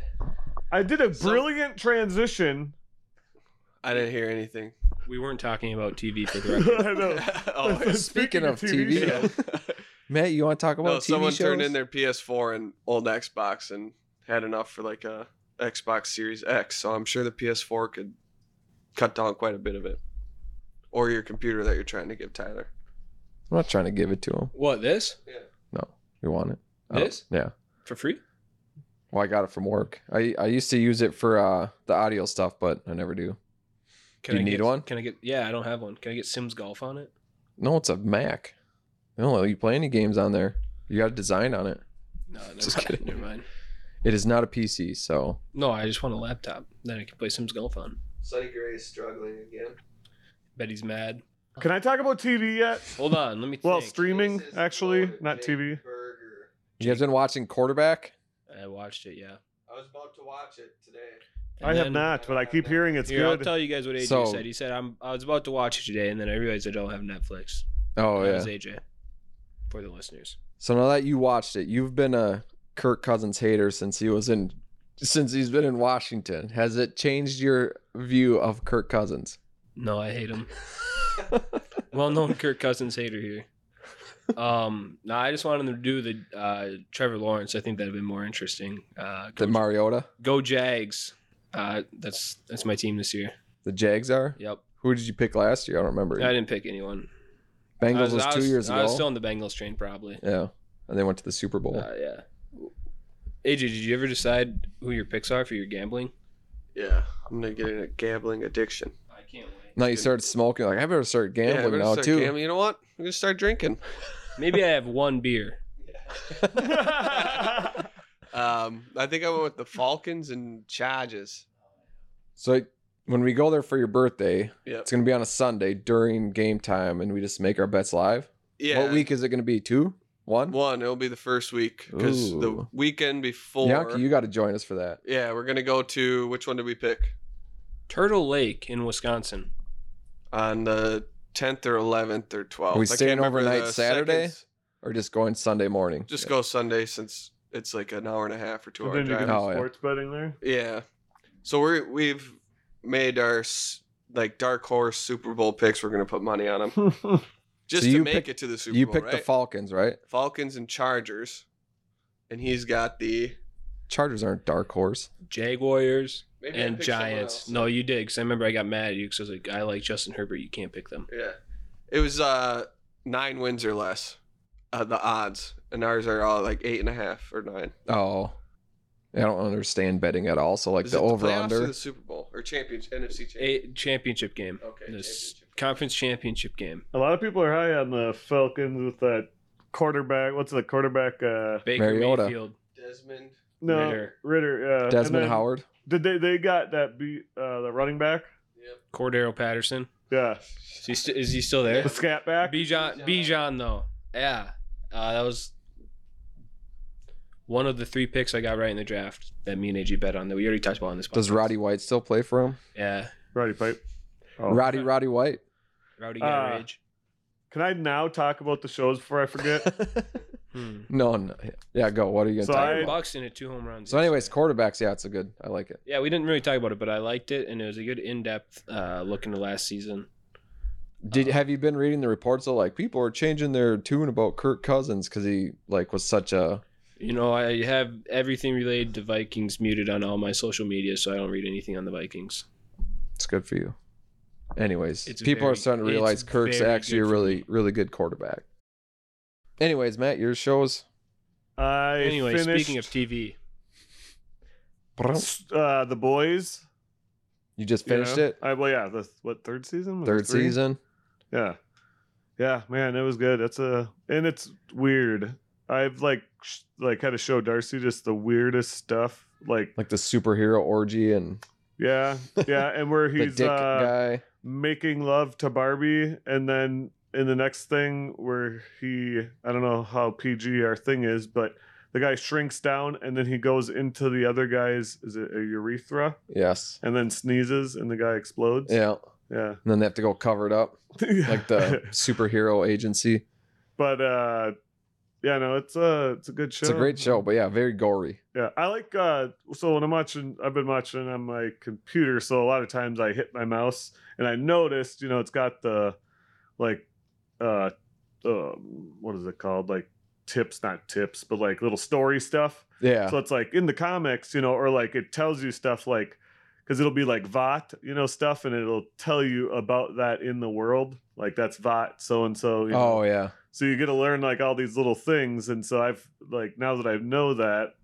Speaker 3: I did a
Speaker 1: So-
Speaker 3: brilliant transition.
Speaker 1: I didn't hear anything.
Speaker 3: [laughs]
Speaker 2: We weren't talking about TV for the record.
Speaker 3: I know.
Speaker 1: [laughs]
Speaker 3: [laughs]
Speaker 1: oh,
Speaker 3: Speaking
Speaker 4: Speaking
Speaker 3: of
Speaker 4: of
Speaker 3: TV
Speaker 1: [laughs]
Speaker 4: TV,
Speaker 1: yeah.
Speaker 4: Matt, you want to talk about
Speaker 1: no,
Speaker 4: TV
Speaker 1: someone
Speaker 4: shows?
Speaker 1: turned in their PS4 and old Xbox and had enough for like a Xbox Series X. So I'm sure the PS4 could cut down quite a bit of it, or your computer that you're trying to give Tyler.
Speaker 4: I'm not trying to give it to him.
Speaker 2: What this
Speaker 4: No, you want it?
Speaker 2: This?
Speaker 4: Yeah.
Speaker 2: for free?
Speaker 4: Well, I got it from work. I I used to use it for uh the audio stuff, but I never do. Do you
Speaker 2: I
Speaker 4: need
Speaker 2: get-
Speaker 4: one?
Speaker 2: Can I get? Yeah, I don't have one. Can I get Sims Golf on it?
Speaker 4: No, it's a Mac. They don't let you play any games on there. You got a design on it.
Speaker 2: No, never
Speaker 4: Just
Speaker 2: mind.
Speaker 4: kidding.
Speaker 2: Never mind.
Speaker 4: It is not a PC, so
Speaker 2: No, I just want a laptop that I can play Sims Golf on.
Speaker 1: Sonny Gray is struggling again.
Speaker 2: Betty's mad.
Speaker 3: Can I talk about TV yet?
Speaker 2: Hold on, let me.
Speaker 3: Well,
Speaker 2: think.
Speaker 3: streaming actually, not TV.
Speaker 1: Burger.
Speaker 4: you guys been watching quarterback?
Speaker 2: I watched it. Yeah,
Speaker 1: I was about to watch it today.
Speaker 3: I
Speaker 2: And
Speaker 3: have
Speaker 2: then-
Speaker 3: not, but I keep hearing it's
Speaker 2: Here, I'll
Speaker 3: good.
Speaker 2: tell you guys what AJ
Speaker 4: So-
Speaker 2: said. He said I'm. I was about to watch it today, and then I realized I don't have Netflix.
Speaker 4: Oh
Speaker 2: that
Speaker 4: yeah.
Speaker 2: was AJ for the listeners.
Speaker 4: So now that you watched it, you've been a Kirk Cousins hater since he was in since he's been in Washington. Has it changed your view of Kirk Cousins?
Speaker 2: No, I hate him. [laughs] well known Kirk Cousins hater here. Um, no, I just wanted to do the uh, Trevor Lawrence. I think that'd have been more interesting. Uh, go,
Speaker 4: The Mariota,
Speaker 2: go Jags. Uh, that's that's my team this year.
Speaker 4: the Jags are.
Speaker 2: Yep.
Speaker 4: Who did you pick last year? I don't remember.
Speaker 2: I didn't pick anyone. I
Speaker 4: Bengals was,
Speaker 2: I
Speaker 4: two years
Speaker 2: I was
Speaker 4: ago.
Speaker 2: still on the Bengals train, probably.
Speaker 4: yeah, and they went to the Super Bowl.
Speaker 2: Uh, yeah. AJ, did you ever decide who your picks are for your gambling?
Speaker 1: Yeah, I'm gonna get in a gambling addiction.
Speaker 2: I can't wait.
Speaker 4: now you started smoking. Like I better start
Speaker 1: Yeah, we're
Speaker 4: gambling
Speaker 1: gonna
Speaker 4: now
Speaker 1: start
Speaker 4: too.
Speaker 1: gambling. You know what? I'm gonna start drinking.
Speaker 2: Maybe I have one beer.
Speaker 3: [laughs]
Speaker 1: Um, I think I went with the Falcons and Chargers.
Speaker 4: So when we go there for your birthday,
Speaker 1: Yep.
Speaker 4: it's gonna be on a Sunday during game time, and we just make our bets live.
Speaker 1: Yeah.
Speaker 4: What week is it gonna be? Two, one.
Speaker 1: One. It'll be the first week because the
Speaker 4: Ooh.
Speaker 1: weekend before.
Speaker 4: Bianca, you got to join us for that.
Speaker 1: yeah, we're gonna go to which one did we pick
Speaker 2: Turtle Lake in Wisconsin.
Speaker 1: on the 10th or 11th or 12th?
Speaker 4: Are we
Speaker 1: I can't
Speaker 4: staying
Speaker 1: remember
Speaker 4: overnight
Speaker 1: the
Speaker 4: Saturday?
Speaker 1: seconds.
Speaker 4: or just going Sunday morning.
Speaker 1: Just go Sunday since it's like an hour and a half or two
Speaker 3: So
Speaker 1: hour
Speaker 3: then you
Speaker 1: drive.
Speaker 3: can
Speaker 4: Oh, yeah.
Speaker 3: sports betting there.
Speaker 1: Yeah. So we're we've made our s- like dark horse Super Bowl picks. We're gonna put money on them
Speaker 3: [laughs]
Speaker 1: just
Speaker 4: you
Speaker 1: to make
Speaker 4: picked-
Speaker 1: it to the Super
Speaker 4: You
Speaker 1: Bowl.
Speaker 4: picked the
Speaker 1: right?
Speaker 4: Falcons, right?
Speaker 1: Falcons and Chargers, and he's got the
Speaker 4: Chargers aren't dark horse.
Speaker 2: Jaguars
Speaker 1: Maybe I
Speaker 2: and
Speaker 1: picked someone
Speaker 2: Giants.
Speaker 1: else.
Speaker 2: No, you did because I remember I got mad at you because I was like, I like Justin Herbert. You can't pick them.
Speaker 1: Yeah. It was uh nine wins or less, uh, the odds, and ours are all like eight and a half or nine.
Speaker 4: Oh, I don't understand betting at all. So like
Speaker 1: Is
Speaker 4: the
Speaker 1: it
Speaker 4: over
Speaker 1: playoffs or
Speaker 4: under.
Speaker 1: the Super Bowl or champions NFC championship.
Speaker 2: A championship game.
Speaker 1: Okay,
Speaker 2: This
Speaker 1: championship game.
Speaker 2: conference championship game.
Speaker 3: A lot of people are high on the Falcons with that quarterback. What's the quarterback? Uh,
Speaker 2: Baker
Speaker 4: Mariota.
Speaker 2: Mayfield.
Speaker 1: Desmond.
Speaker 3: no, Ritter.
Speaker 2: Ritter.
Speaker 3: uh, and
Speaker 4: Desmond
Speaker 3: then-
Speaker 4: Howard.
Speaker 3: Did they? They got that beat uh, the running back.
Speaker 1: Yep.
Speaker 2: Cordero Patterson.
Speaker 1: Uh,
Speaker 3: Yeah,
Speaker 2: Is he, st- is he still there?
Speaker 3: [laughs] the scat back.
Speaker 2: Bijan, Bijan though. Yeah. Uh, that was one of the three picks I got right in the draft that me and AG bet on that we already talked about on this podcast.
Speaker 4: Does Roddy White still play for him?
Speaker 2: Yeah.
Speaker 3: Roddy Pipe. Oh.
Speaker 4: Roddy Roddy White.
Speaker 2: Rowdy got
Speaker 3: Uh,
Speaker 2: rage.
Speaker 3: Can I now talk about the shows before I
Speaker 4: [laughs]
Speaker 3: forget?
Speaker 2: Hmm.
Speaker 4: no, no, yeah, go. What are you gonna
Speaker 3: So
Speaker 4: talk
Speaker 3: I-
Speaker 4: about?
Speaker 2: Bucks in at two home runs.
Speaker 4: So, anyways, quarterbacks. Yeah, it's a good. I like it.
Speaker 2: Yeah, we didn't really talk about it, but I liked it, and it was a good in-depth uh, look into last season.
Speaker 4: Did
Speaker 2: Uh,
Speaker 1: Uh-huh.
Speaker 4: have you been reading the reports? Of like people are changing their tune about Kirk Cousins because he like was such a.
Speaker 2: You know, I have everything related to Vikings muted on all my social media, so I don't read anything on the Vikings.
Speaker 4: It's good for you. Anyways,
Speaker 2: It's
Speaker 4: people are
Speaker 2: very-
Speaker 4: starting to
Speaker 2: it's
Speaker 4: realize Kirk's
Speaker 2: very
Speaker 4: actually a
Speaker 2: good for
Speaker 4: really
Speaker 2: me.
Speaker 4: really good quarterback. Anyways, Matt, your shows.
Speaker 3: I
Speaker 2: Anyway,
Speaker 3: finished
Speaker 2: speaking of TV,
Speaker 3: uh, the boys.
Speaker 4: You just
Speaker 3: you
Speaker 4: finished
Speaker 3: know?
Speaker 4: it.
Speaker 3: I, well, yeah. The what third season? Was it
Speaker 4: Third
Speaker 3: three?
Speaker 4: season.
Speaker 3: Yeah, yeah. Man, it was good. That's a and it's weird. I've like sh- like had to show Darcy just the weirdest stuff. Like
Speaker 4: Like the superhero orgy and
Speaker 3: yeah, yeah, and where
Speaker 4: [laughs] the
Speaker 3: he's
Speaker 4: dick
Speaker 3: uh,
Speaker 4: guy.
Speaker 3: making love to Barbie, and then in the next thing where he, I don't know how PG our thing is, but the guy shrinks down and then he goes into the other guy's, is it a urethra,
Speaker 4: Yes.
Speaker 3: and then sneezes and the guy explodes.
Speaker 4: Yeah. And
Speaker 3: yeah, [laughs]
Speaker 4: then they have to go cover it up like the superhero agency.
Speaker 3: but uh, yeah, no, it's a it's a good show.
Speaker 4: It's a great show, but yeah, very gory.
Speaker 3: Yeah, I like uh so when I'm watching I've been watching on my computer, so a lot of times I hit my mouse and I noticed, you know, it's got the like uh um, what is it called? Like tips, not tips, but like little story stuff.
Speaker 4: Yeah.
Speaker 3: So it's like in the comics, you know, or like it tells you stuff like because it'll be like Vought, you know, stuff, and it'll tell you about that in the world. Like that's Vought, so and so. you know.
Speaker 4: oh yeah.
Speaker 3: So you get to learn like all these little things, and so I've like now that I know that,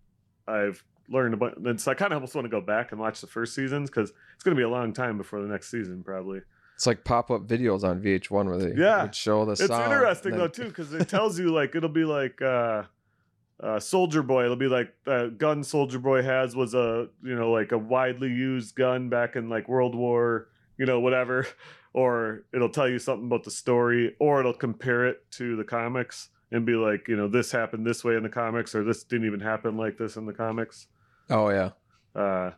Speaker 3: I've learned a bunch. And so I kind of almost want to go back and watch the first seasons because it's going to be a long time before the next season, probably.
Speaker 4: It's like pop up videos on VH1 where they
Speaker 3: Yeah.
Speaker 4: would show the
Speaker 3: it's
Speaker 4: song. and
Speaker 3: interesting
Speaker 4: then- [laughs]
Speaker 3: though too because it tells you like it'll be like uh, uh, Soldier Boy. It'll be like the gun Soldier Boy has was a you know like a widely used gun back in like World War you know whatever, [laughs] or it'll tell you something about the story, or it'll compare it to the comics and be like you know this happened this way in the comics, or this didn't even happen like this in the comics.
Speaker 4: Oh yeah.
Speaker 3: Uh,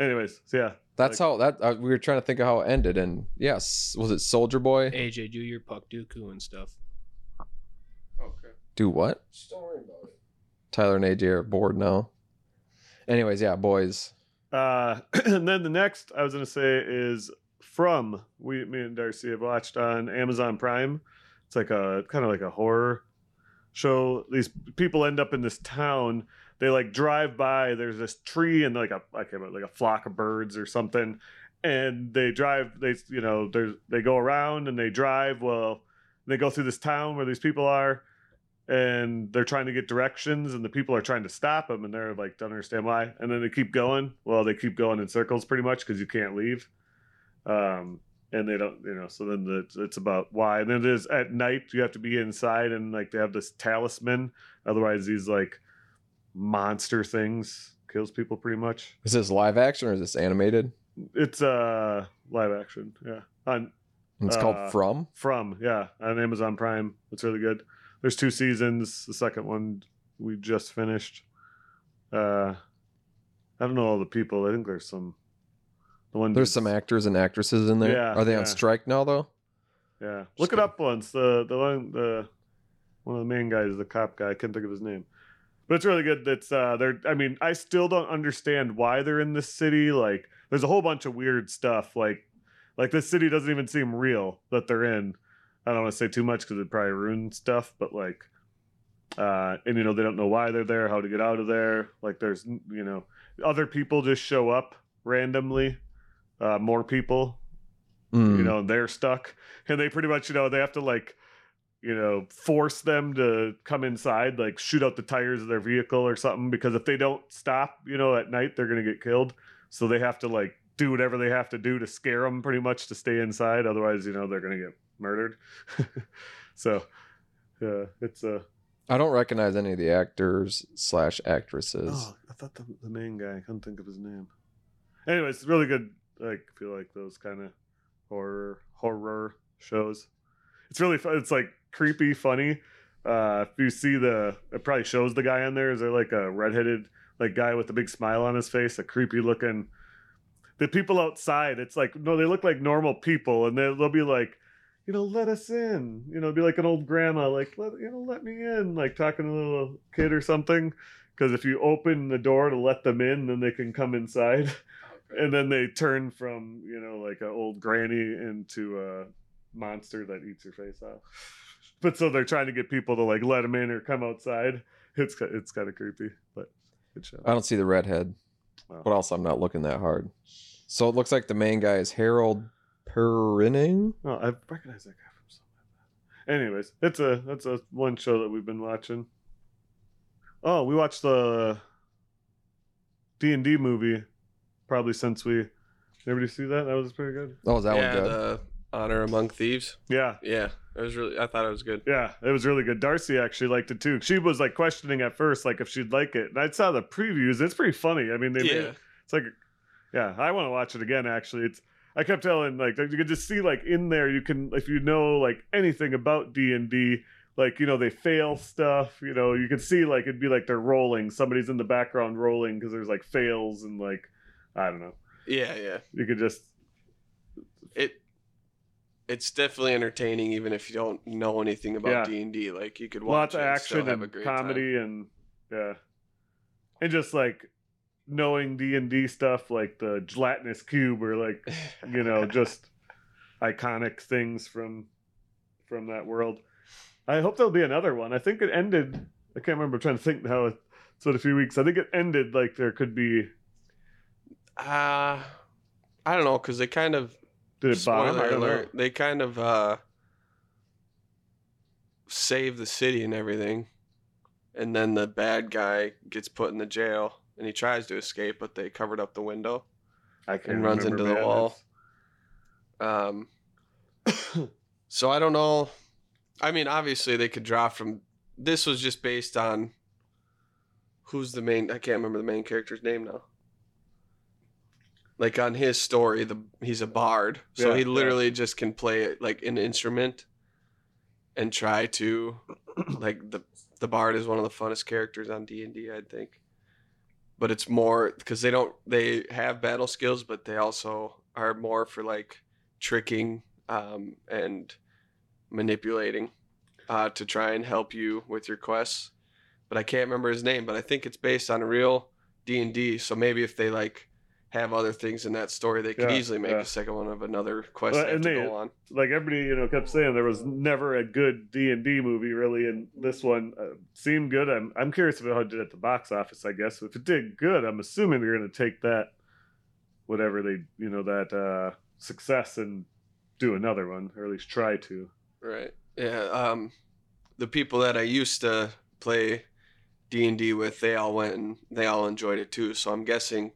Speaker 3: anyways, so yeah,
Speaker 4: That's how that uh, we were trying to think of how it ended, and yes, was it Soldier Boy?
Speaker 2: AJ, do your Puck Dooku and stuff.
Speaker 1: Okay.
Speaker 4: Do what?
Speaker 1: Just don't worry about it.
Speaker 4: Tyler and AJ are bored now. Anyways, yeah, boys.
Speaker 3: Uh, [clears throat] and then the next I was going to say is from we me and Darcy have watched on Amazon Prime. It's like a kind of like a horror show. These people end up in this town. They like drive by. There's this tree and like a like a, like a flock of birds or something. And they drive. They you know there's they go around and they drive. Well, they go through this town where these people are. And they're trying to get directions, and the people are trying to stop them, and they're like, "Don't understand why." And then they keep going. Well, they keep going in circles pretty much because you can't leave. Um, and they don't, you know. So then the, it's about why. And then it is at night. You have to be inside, and like they have this talisman. Otherwise, these like monster things kills people pretty much.
Speaker 4: Is this live action or is this animated?
Speaker 3: It's uh live action. Yeah, on
Speaker 4: And it's
Speaker 3: Uh,
Speaker 4: called From.
Speaker 3: From, yeah, on Amazon Prime. It's really good. There's two seasons. The second one we just finished. Uh I don't know all the people. I think there's some the one
Speaker 4: There's some actors and actresses in there.
Speaker 3: Yeah,
Speaker 4: are they
Speaker 3: yeah.
Speaker 4: on strike now though?
Speaker 3: Yeah. Look it up once. The the one the one of the main guys, the cop guy, I can't think of his name. But it's really good that's uh they're I mean, I still don't understand why they're in this city. Like there's a whole bunch of weird stuff like like this city doesn't even seem real that they're in. I don't want to say too much because it probably ruin stuff, but like uh and you know they don't know why they're there, how to get out of there. Like there's you know other people just show up randomly. Uh more people
Speaker 4: Mm.
Speaker 3: you know and they're stuck and they pretty much you know they have to like you know force them to come inside like shoot out the tires of their vehicle or something because if they don't stop you know at night they're gonna get killed so they have to like do whatever they have to do to scare them pretty much to stay inside otherwise you know they're gonna get murdered [laughs] so yeah it's a
Speaker 4: I don't recognize any of the actors slash actresses.
Speaker 3: oh i thought the, the main guy i couldn't think of his name anyways it's really good like if you like those kind of horror horror shows it's really fun it's like creepy funny uh if you see the it probably shows the guy on there is there like a redheaded like guy with a big smile on his face a creepy looking the people outside it's like no they look like normal people and they'll, they'll be like you know let us in you know be like an old grandma like let you know let me in like talking to a little kid or something because if you open the door to let them in then they can come inside [laughs] and then they turn from you know like an old granny into a monster that eats your face off but so they're trying to get people to like let them in or come outside it's ki- it's kind of creepy but good show
Speaker 4: I don't see the redhead.
Speaker 3: Wow.
Speaker 4: But also, I'm not looking that hard. So it looks like the main guy is Harold Perrineau.
Speaker 3: Oh, I recognize that guy from somewhere. Anyways, it's a that's a one show that we've been watching. Oh, we watched the D and D movie probably since we. Everybody see that? That was pretty good.
Speaker 4: Oh, is that
Speaker 1: yeah,
Speaker 4: one good?
Speaker 1: the Honor Among Thieves.
Speaker 3: Yeah,
Speaker 1: Yeah, it was really. I thought it was good.
Speaker 3: yeah, it was really good. Darcy actually liked it too. She was like questioning at first, like if she'd like it. And I saw the previews. It's pretty funny. I mean, they made
Speaker 1: yeah,
Speaker 3: it It's like, yeah, I want to watch it again. Actually, it's I kept telling like you could just see like in there you can if you know like anything about D and D like you know they fail stuff you know you could see like it'd be like they're rolling somebody's in the background rolling because there's like fails and like I don't know
Speaker 1: yeah, yeah.
Speaker 3: you could just
Speaker 1: It it's definitely entertaining, even if you don't know anything about
Speaker 3: Yeah.
Speaker 1: D and D. Like you could
Speaker 3: lots
Speaker 1: watch it
Speaker 3: of
Speaker 1: and still
Speaker 3: action
Speaker 1: have a
Speaker 3: and
Speaker 1: great
Speaker 3: comedy and yeah and just like knowing D and D stuff like the gelatinous cube or like
Speaker 1: time. [laughs]
Speaker 3: you know just iconic things from from that world I hope there'll be another one. I think it ended. I can't remember. I'm trying to think how it. So in a few weeks, I think it ended like there could be.
Speaker 1: Uh, I don't know because they kind of
Speaker 3: Did it bomb?
Speaker 1: spoiler
Speaker 3: I don't know.
Speaker 1: alert. They kind of uh, save the city and everything, and then the bad guy gets put in the jail, and he tries to escape, but they covered up the window.
Speaker 3: I can't
Speaker 1: and runs
Speaker 3: remember,
Speaker 1: into the
Speaker 3: man.
Speaker 1: wall. Um, [coughs] so I don't know. I mean, obviously they could draw from. This was just based on who's the main. I can't remember the main character's name now. Like on his story, the he's a bard, so
Speaker 3: Yeah,
Speaker 1: he
Speaker 3: yeah.
Speaker 1: literally just can play like an instrument and try to
Speaker 3: [coughs]
Speaker 1: like the the bard is one of the funnest characters on D and D, I think. But it's more because they don't they have battle skills, but they also are more for like tricking um, and manipulating uh, to try and help you with your quests. But I can't remember his name. But I think it's based on a real D and D. So maybe if they like have other things in that story, they could
Speaker 3: Yeah,
Speaker 1: easily make
Speaker 3: yeah.
Speaker 1: a second one of another quest
Speaker 3: Well,
Speaker 1: they have
Speaker 3: and
Speaker 1: to
Speaker 3: they-
Speaker 1: go on.
Speaker 3: Like everybody, you know, kept saying there was never a good D and D movie really, and this one uh, seemed good. I'm I'm curious about how it did at the box office. I guess if it did good, I'm assuming they're going to take that, whatever they, you know, that uh, success and do another one, or at least try to.
Speaker 1: Right. Yeah. Um, the people that I used to play D and D with, they all went and they all enjoyed it too. So I'm guessing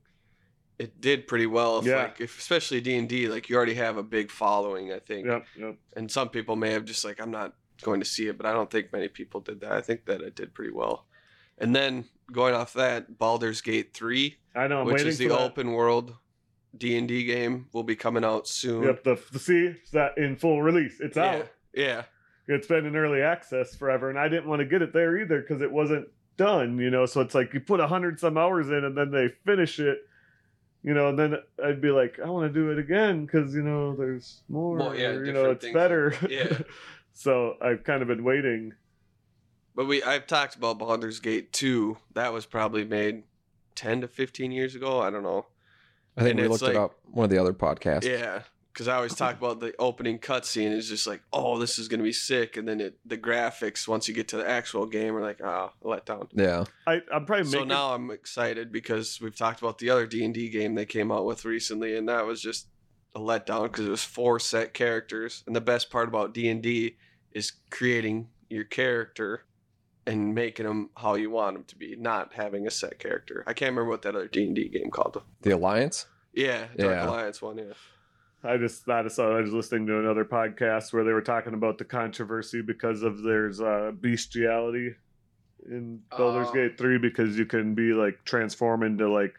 Speaker 1: it did pretty well. If,
Speaker 3: Yeah.
Speaker 1: Like, if especially D and D, like you already have a big following, I think.
Speaker 3: Yep, yep.
Speaker 1: And some people may have just like, I'm not going to see it, but I don't think many people did that. I think that it did pretty well. And then going off that, Baldur's Gate three,
Speaker 3: I know. I'm
Speaker 1: which
Speaker 3: waiting
Speaker 1: is the
Speaker 3: for that.
Speaker 1: open world D and D game, will be coming out soon.
Speaker 3: Yep, the, the see it's that in full release. It's
Speaker 1: yeah.
Speaker 3: out.
Speaker 1: Yeah.
Speaker 3: It's been in early access forever, and I didn't want to get it there either because it wasn't done. You know, so it's like you put a hundred some hours in, and then they finish it. You know, and then I'd be like, I want to do it again because you know there's more.
Speaker 1: Well, yeah,
Speaker 3: or, you know,
Speaker 1: different
Speaker 3: it's
Speaker 1: things.
Speaker 3: better.
Speaker 1: Yeah.
Speaker 3: [laughs] so I've kind of been waiting.
Speaker 1: But we I've talked about Baldur's Gate 2. That was probably made 10 to 15 years ago, I don't know.
Speaker 4: I think
Speaker 1: And
Speaker 4: we
Speaker 1: it's
Speaker 4: looked
Speaker 1: like-
Speaker 4: it up one of the other podcasts.
Speaker 1: Yeah, cuz I always talk about the opening cutscene is just like, "Oh, this is going to be sick." And then it, the graphics once you get to the actual game are like, "Ah, let down."
Speaker 4: Yeah.
Speaker 3: I, I'm probably
Speaker 1: So
Speaker 3: making.
Speaker 1: now I'm excited because we've talked about the other D&D game they came out with recently and that was just a letdown because it was four set characters and the best part about D&D is creating your character and making them how you want them to be, not having a set character. I can't remember what that other D&D game called.
Speaker 4: The Alliance?
Speaker 1: Yeah, Dark
Speaker 4: Yeah.
Speaker 1: Alliance one, yeah.
Speaker 3: I just thought I saw. I was listening to another podcast where they were talking about the controversy because of there's uh, bestiality in Baldur's
Speaker 1: Oh.
Speaker 3: Gate Three because you can be like transform into like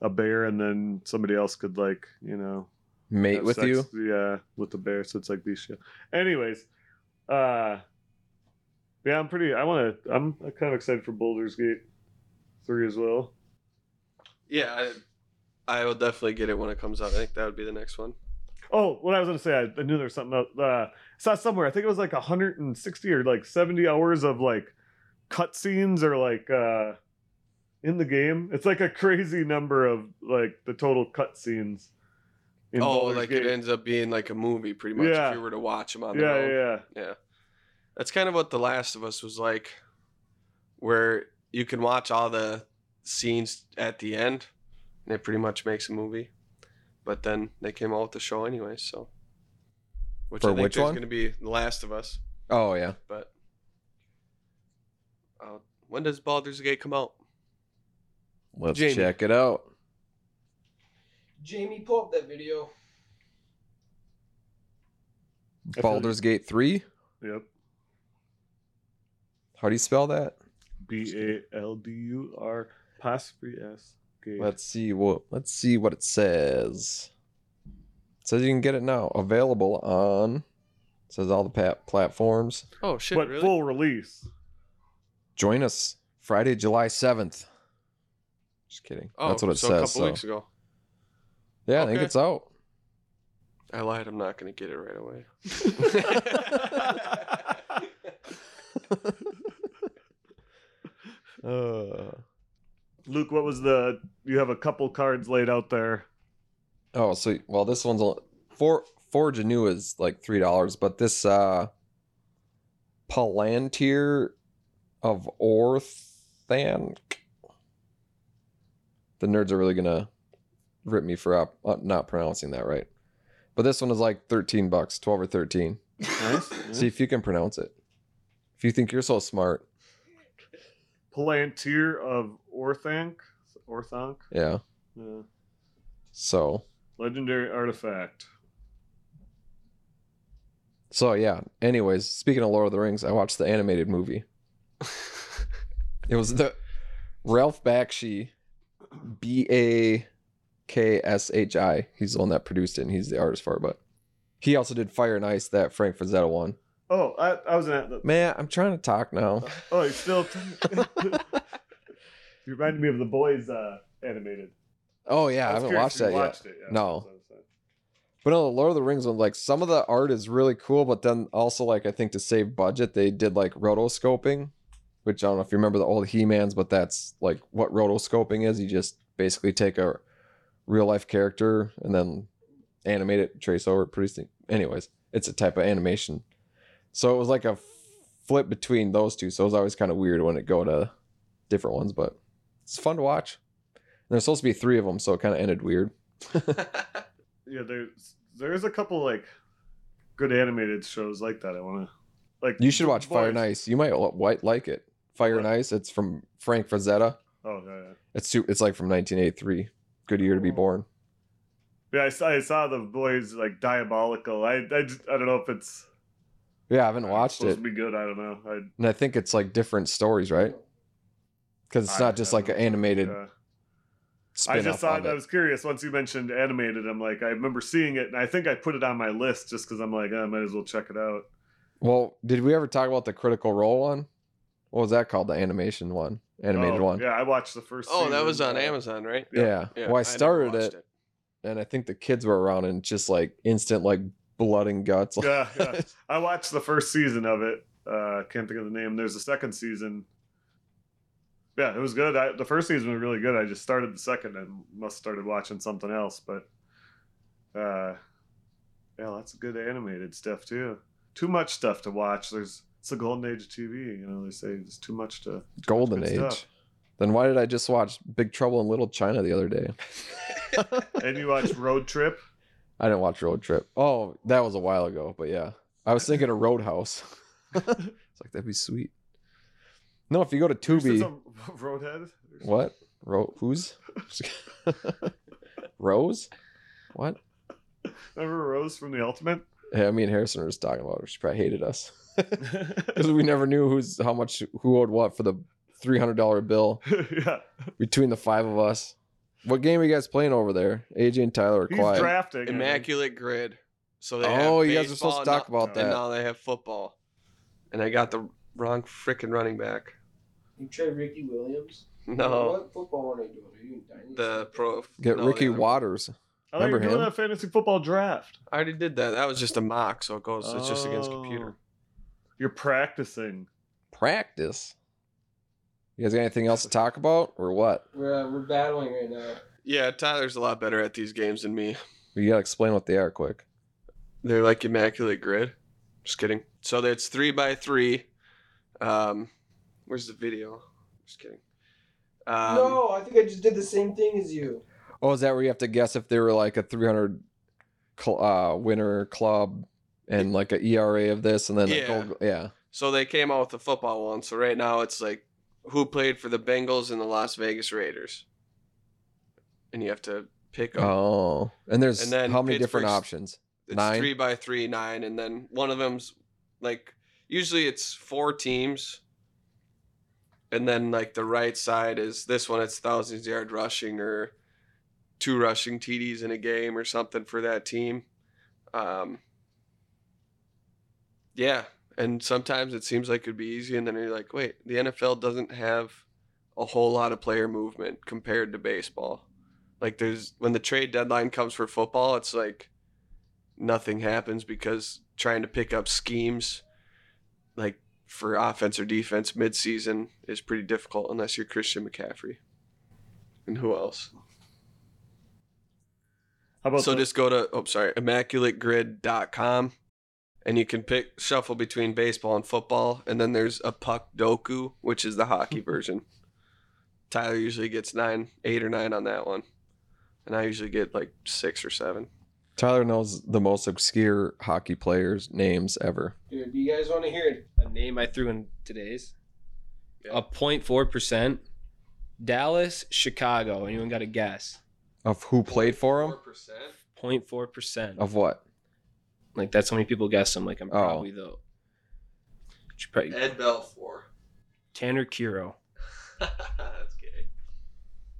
Speaker 3: a bear and then somebody else could like you know
Speaker 4: Mate
Speaker 3: have
Speaker 4: with
Speaker 3: sex-
Speaker 4: you?
Speaker 3: yeah with the bear so it's like bestial. Anyways, uh, yeah, I'm pretty. I want to. I'm kind of excited for Baldur's Gate Three as well.
Speaker 1: Yeah, I, I will definitely get it when it comes out. I think that would be the next one.
Speaker 3: Oh, what I was gonna say, I, I knew there was something else. Uh, I saw somewhere. I think it was like 160 or like 70 hours of like cutscenes or like uh, in the game. It's like a crazy number of like the total cutscenes. in
Speaker 1: oh,
Speaker 3: Baldur's
Speaker 1: like
Speaker 3: Gate.
Speaker 1: it ends up being like a movie pretty much
Speaker 3: Yeah.
Speaker 1: if you were to watch them on their
Speaker 3: yeah,
Speaker 1: own.
Speaker 3: yeah, yeah.
Speaker 1: that's kind of what the last of us was like where you can watch all the scenes at the end and it pretty much makes a movie but then they came out with the show anyway so which
Speaker 4: For
Speaker 1: i think
Speaker 4: which
Speaker 1: there's
Speaker 4: one?
Speaker 1: going to be the last of us
Speaker 4: Oh, yeah.
Speaker 1: but uh, when does Baldur's Gate come out?
Speaker 4: Let's
Speaker 1: Jamie.
Speaker 4: check it out.
Speaker 2: Jamie, pull up that video.
Speaker 3: feel
Speaker 4: Baldur's Gate 3?
Speaker 3: Yep.
Speaker 4: How do you spell that?
Speaker 3: B A L D U R apostrophe S. Gate.
Speaker 4: Let's see what let's see what it says. It says you can get it now. Available on it says all the pat- platforms.
Speaker 1: Oh shit!
Speaker 3: but
Speaker 1: really?
Speaker 3: full release.
Speaker 4: Join us Friday, July 7th. Just kidding.
Speaker 1: oh,
Speaker 4: That's what it
Speaker 1: so A
Speaker 4: says.
Speaker 1: couple
Speaker 4: so-
Speaker 1: weeks ago.
Speaker 4: Yeah, I think
Speaker 1: Okay.
Speaker 4: it's out.
Speaker 1: I lied. I'm not going to get it right [laughs] away.
Speaker 4: Uh,
Speaker 3: Luke, what was the? You have a couple cards laid out there.
Speaker 4: oh, so well, this one's a- for Forge New is like three dollars, but this uh Palantir of Orthanc. The nerds are really gonna rip me for op- uh, not pronouncing that right. But this one is like thirteen bucks, twelve or thirteen. See if you can pronounce it. If you think you're so smart,
Speaker 3: Palantir of Orthanc. Orthanc.
Speaker 4: yeah.
Speaker 3: Yeah.
Speaker 4: So
Speaker 3: Legendary artifact.
Speaker 4: so yeah. Anyways, speaking of Lord of the Rings, I watched the animated movie. It was the Ralph Bakshi, B A K S H I. He's the one that produced it, and he's the artist for it. But he also did Fire and Ice, that Frank Frazetta one.
Speaker 3: Oh, I, I was at the.
Speaker 4: Man, I'm trying to talk now.
Speaker 3: Oh, you still. [laughs] you reminded me of the boys uh, animated.
Speaker 4: Oh yeah, I
Speaker 3: was
Speaker 4: haven't
Speaker 3: curious
Speaker 4: watched
Speaker 3: if you
Speaker 4: that yet.
Speaker 3: watched it, yeah,
Speaker 4: No.
Speaker 3: that's what I'm saying.
Speaker 4: But no, the Lord of the Rings one, like some of the art is really cool, but then also like I think to save budget, they did like rotoscoping, which I don't know if you remember the old He-Man's, but that's like what rotoscoping is. You just basically take a real life character and then animate it, trace over it, pretty sim- anyways. It's a type of animation. So it was like a flip between those two. So it was always kind of weird when it go to different ones, but it's fun to watch. And there's supposed to be three of them, so it kind of ended weird.
Speaker 3: Yeah, there's there's a couple like good animated shows like that. I want to like.
Speaker 4: You should watch Fire
Speaker 3: Boys.
Speaker 4: and Ice. You might li- li- like it. Fire and Ice. It's from Frank Frazetta.
Speaker 3: Oh yeah, yeah.
Speaker 4: It's su- it's like from 1983. Good year to
Speaker 3: Oh.
Speaker 4: be born.
Speaker 3: Yeah, I saw, I saw the boys like diabolical. I I, just- I don't know if it's
Speaker 4: Yeah, I haven't watched
Speaker 3: supposed
Speaker 4: it,
Speaker 3: to be good. I don't know. I,
Speaker 4: and I think it's like different stories, right? Because it's
Speaker 3: I-
Speaker 4: not just
Speaker 3: I
Speaker 4: like
Speaker 3: don't
Speaker 4: an
Speaker 3: know.
Speaker 4: animated
Speaker 3: Yeah.
Speaker 4: spin
Speaker 3: I just saw it. I
Speaker 4: it.
Speaker 3: was curious once you mentioned animated. I'm like, I remember seeing it, and I think I put it on my list just because I'm like, I might as well check it out.
Speaker 4: Well, did we ever talk about the Critical Role one? What was that called? The animation one, animated
Speaker 3: Oh,
Speaker 4: one.
Speaker 3: Yeah, I watched the first.
Speaker 1: oh, that
Speaker 3: season,
Speaker 1: was on
Speaker 3: uh,
Speaker 1: Amazon, right?
Speaker 4: Yeah. well, I,
Speaker 1: never
Speaker 4: started
Speaker 1: watched
Speaker 4: it, and I think the kids were around, and just like instant like blood and guts. [laughs]
Speaker 3: Yeah, yeah. I watched the first season of it. Uh, can't think of the name. There's a second season. Yeah, it was good. I, the first season was really good. I just started the second and must started watching something else. But uh, yeah, lots of good animated stuff too. Too much stuff to watch. There's it's the golden age of TV. You know, they say there's too much to.
Speaker 4: Golden
Speaker 3: Good
Speaker 4: Age.
Speaker 3: stuff.
Speaker 4: Then why did I just watch Big Trouble in Little China the other day?
Speaker 3: And you
Speaker 4: [laughs]
Speaker 3: watch Road Trip.
Speaker 4: I didn't watch Road Trip. Oh, that was a while ago, but yeah. I was thinking of Roadhouse. [laughs] it's like that'd be sweet. No, if you go to
Speaker 3: There's
Speaker 4: Tubi,
Speaker 3: some- [laughs] Roadhead.
Speaker 4: what? Ro- who's? [laughs] Rose? What?
Speaker 3: Remember Rose from The Ultimate? [laughs]
Speaker 4: Yeah, me and Harrison were just talking about her. She probably hated us [laughs] because we never knew who's how much who owed what for the three hundred dollar bill
Speaker 3: yeah,
Speaker 4: between the five of us. What game are you guys playing over there? AJ and Tyler are
Speaker 3: he's
Speaker 4: quiet.
Speaker 3: drafting. I think.
Speaker 1: Immaculate Grid. So they
Speaker 4: Oh,
Speaker 1: have
Speaker 4: you guys were supposed to
Speaker 1: baseball
Speaker 4: talk about
Speaker 1: and now-
Speaker 4: that.
Speaker 1: And now they have football. And I got the wrong freaking running back.
Speaker 5: You try Ricky Williams?
Speaker 1: No,
Speaker 5: What football one are you doing? Are you in Dynasty?
Speaker 1: the pro.
Speaker 4: Get
Speaker 1: no,
Speaker 4: Ricky
Speaker 1: they-
Speaker 4: Waters.
Speaker 3: I thought you were
Speaker 4: Remember
Speaker 3: doing
Speaker 4: him?
Speaker 3: that fantasy football draft.
Speaker 1: I already did that. That was just a mock, so it goes. It's just against
Speaker 3: Oh.
Speaker 1: computer.
Speaker 3: You're practicing.
Speaker 4: Practice. You guys got anything else to talk about or what?
Speaker 5: We're, uh, we're battling right now.
Speaker 1: Yeah, Tyler's a lot better at these games than me. [laughs]
Speaker 4: You gotta explain what they are quick.
Speaker 1: They're like immaculate grid. Just kidding. So that's three by three. Um, where's the video? Just kidding. Um,
Speaker 5: no, I think I just did the same thing as you.
Speaker 4: Oh, is that where you have to guess if they were like a 300 cl- uh, winner club and like a ERA of this and then a
Speaker 1: Yeah.
Speaker 4: goal- yeah.
Speaker 1: So they came out with the football one. So right now it's like who played for the Bengals and the Las Vegas Raiders, and you have to pick 'em.
Speaker 4: Oh, and there's
Speaker 1: And then
Speaker 4: how many different
Speaker 1: Pittsburgh's-
Speaker 4: options?
Speaker 1: it's
Speaker 4: nine?
Speaker 1: three by three nine, and then one of them's like usually it's four teams, and then like the right side is this one. It's thousands yard rushing or two rushing TDs in a game or something for that team. Um, yeah, and sometimes it seems like it'd be easy, and then you're like, wait, the NFL doesn't have a whole lot of player movement compared to baseball. Like there's when the trade deadline comes for football, it's like nothing happens because trying to pick up schemes like for offense or defense midseason is pretty difficult unless you're Christian McCaffrey. And who else?
Speaker 3: How about
Speaker 1: so
Speaker 3: the-
Speaker 1: just go to oh sorry, immaculategrid.com and you can pick shuffle between baseball and football. And then there's a puck doku, which is the hockey version. Tyler usually gets nine, eight or nine on that one, and I usually get like six or seven.
Speaker 4: Tyler knows the most obscure hockey players' names ever.
Speaker 5: Dude, do you guys want to hear it?
Speaker 2: A name I threw in today's.
Speaker 1: Yeah.
Speaker 2: A 04 percent. Dallas, Chicago. Anyone got a guess?
Speaker 4: Of who played for him?
Speaker 1: 4%?
Speaker 2: 04 percent.
Speaker 1: Oh.
Speaker 4: Of what?
Speaker 2: Like that's how many people guessed him. Like I'm probably the. Should probably-
Speaker 1: Ed Belfour. [laughs]
Speaker 2: Tanner Kiro.
Speaker 1: That's gay.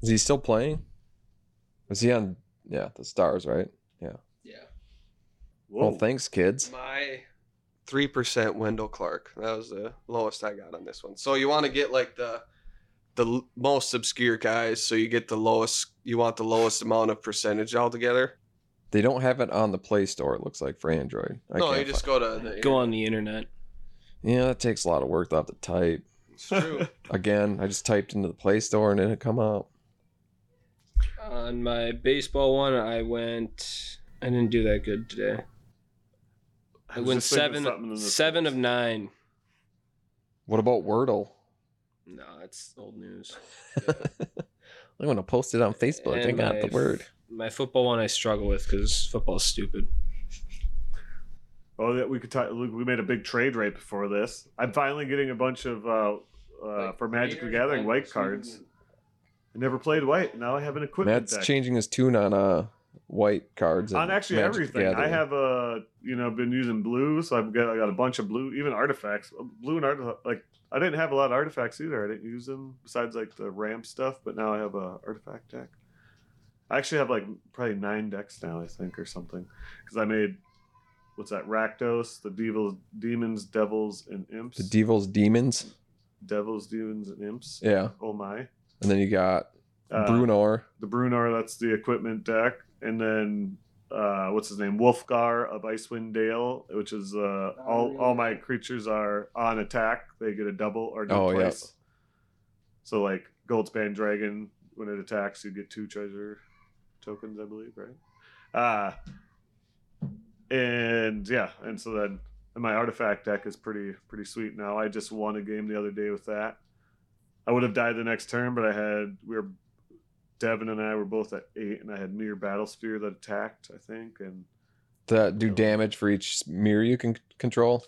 Speaker 4: Is he still playing? Was he on? Yeah, the Stars, right?
Speaker 1: Yeah.
Speaker 3: Whoa.
Speaker 4: Well, thanks, kids.
Speaker 1: My three percent Wendell Clark. That was the lowest I got on this one. So you want to get like the the l- most obscure guys, so you get the lowest. You want the lowest amount of percentage altogether.
Speaker 4: They don't have it on the Play Store. It looks like for Android. I
Speaker 1: no,
Speaker 4: can't
Speaker 1: you just
Speaker 4: find-
Speaker 1: go to Oh, the
Speaker 2: Go on the internet.
Speaker 4: yeah, that takes a lot of work. They'll have to type [laughs]
Speaker 1: It's true. [laughs]
Speaker 4: again. I just typed into the Play Store and it'll come out.
Speaker 2: On my baseball one, I went. I didn't do that good today. I
Speaker 3: was
Speaker 2: went
Speaker 3: just thinking of something
Speaker 2: seven,
Speaker 3: in the
Speaker 2: seven of nine.
Speaker 4: What about Wordle? [laughs]
Speaker 2: No, that's old news.
Speaker 4: I'm gonna post it on Facebook. I
Speaker 2: And
Speaker 4: got the
Speaker 2: my-
Speaker 4: word.
Speaker 2: My football one I struggle with because football's stupid.
Speaker 3: Oh, that we could talk. Look, we made a big trade right before this. I'm finally getting a bunch of uh, uh,
Speaker 5: Like,
Speaker 3: for Magic the
Speaker 5: Raiders,
Speaker 3: Gathering white
Speaker 5: Vikings,
Speaker 3: cards.
Speaker 5: and-
Speaker 3: I never played white. Now I have an equipment
Speaker 4: Matt's
Speaker 3: deck
Speaker 4: changing his tune on uh white cards.
Speaker 3: on
Speaker 4: and
Speaker 3: actually
Speaker 4: Magic the
Speaker 3: everything. I
Speaker 4: Gathering.
Speaker 3: have uh, you know been using blue, so I've got I got a bunch of blue, even artifacts. Uh, Blue and artifact like I didn't have a lot of artifacts either. I didn't use them besides like the ramp stuff, but now I have a artifact deck. I actually have like probably nine decks now, I think, or something, because I made what's that? Rakdos, the devils, demons, devils, and imps.
Speaker 4: the Devil's Demons.
Speaker 3: devils, demons, and imps.
Speaker 4: Yeah,
Speaker 3: Oh my!
Speaker 4: and then you got
Speaker 3: Uh,
Speaker 4: Brunor.
Speaker 3: the Brunor, that's the equipment deck, and then uh, what's his name, Wolfgar of Icewind Dale, which is uh, all all my creatures are on attack. They get a double or no
Speaker 4: Oh, yeah.
Speaker 3: place. So like Goldspan Dragon, when it attacks, you get two treasure tokens, I believe, right? Uh, and yeah, and so then and my artifact deck is pretty pretty sweet now. I just won a game the other day with that. I would have died the next turn, but I had we were Devin and I were both at eight, and I had Mirror Battlesphere that attacked, I think, and
Speaker 4: that do damage for each mirror you can c- control.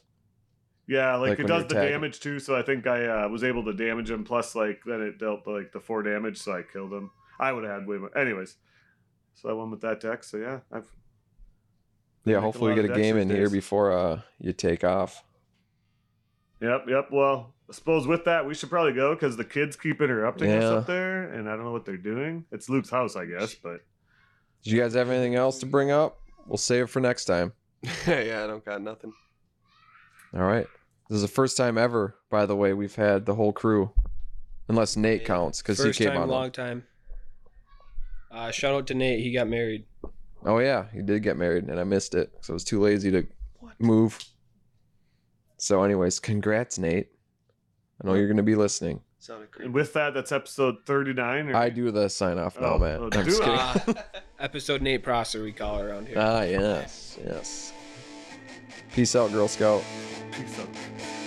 Speaker 3: yeah,
Speaker 4: Like
Speaker 3: like, it
Speaker 4: when you're
Speaker 3: does the
Speaker 4: attacking.
Speaker 3: damage too. So I think I uh, was able to damage him. Plus, like then it dealt like the four damage, so I killed him. I would have had way more. Anyways, so I won with that deck. So yeah, I've
Speaker 4: Yeah,
Speaker 3: make a
Speaker 4: hopefully we
Speaker 3: lot of
Speaker 4: get a
Speaker 3: decks
Speaker 4: game
Speaker 3: these
Speaker 4: in here
Speaker 3: days.
Speaker 4: before uh you take off.
Speaker 3: Yep, yep. Well, I suppose with that, we should probably go because the kids keep interrupting us
Speaker 4: Yeah.
Speaker 3: up there, and I don't know what they're doing. It's Luke's house, I guess, but
Speaker 4: Do you guys have anything else to bring up? We'll save it for next time.
Speaker 1: yeah, I don't got nothing.
Speaker 4: All right. This is the first time ever, by the way, we've had the whole crew, unless Nate
Speaker 2: Yeah.
Speaker 4: counts because he
Speaker 2: First
Speaker 4: came
Speaker 2: time,
Speaker 4: on.
Speaker 2: long time. Uh, shout out to Nate. He got married.
Speaker 4: Oh yeah, he did get married, and I missed it, so I was too lazy to move. So, anyways, congrats, Nate. I know you're gonna be listening.
Speaker 1: Sounded creepy.
Speaker 3: and with that, that's episode thirty-nine. Or...
Speaker 4: I do the sign off now,
Speaker 3: Oh,
Speaker 4: man.
Speaker 3: oh,
Speaker 4: I'm just
Speaker 3: do it.
Speaker 4: kidding.
Speaker 2: Uh, [laughs] episode Nate Prosser, we call her around here.
Speaker 4: Ah yes, yes. Peace out, Girl Scout.
Speaker 3: Peace out.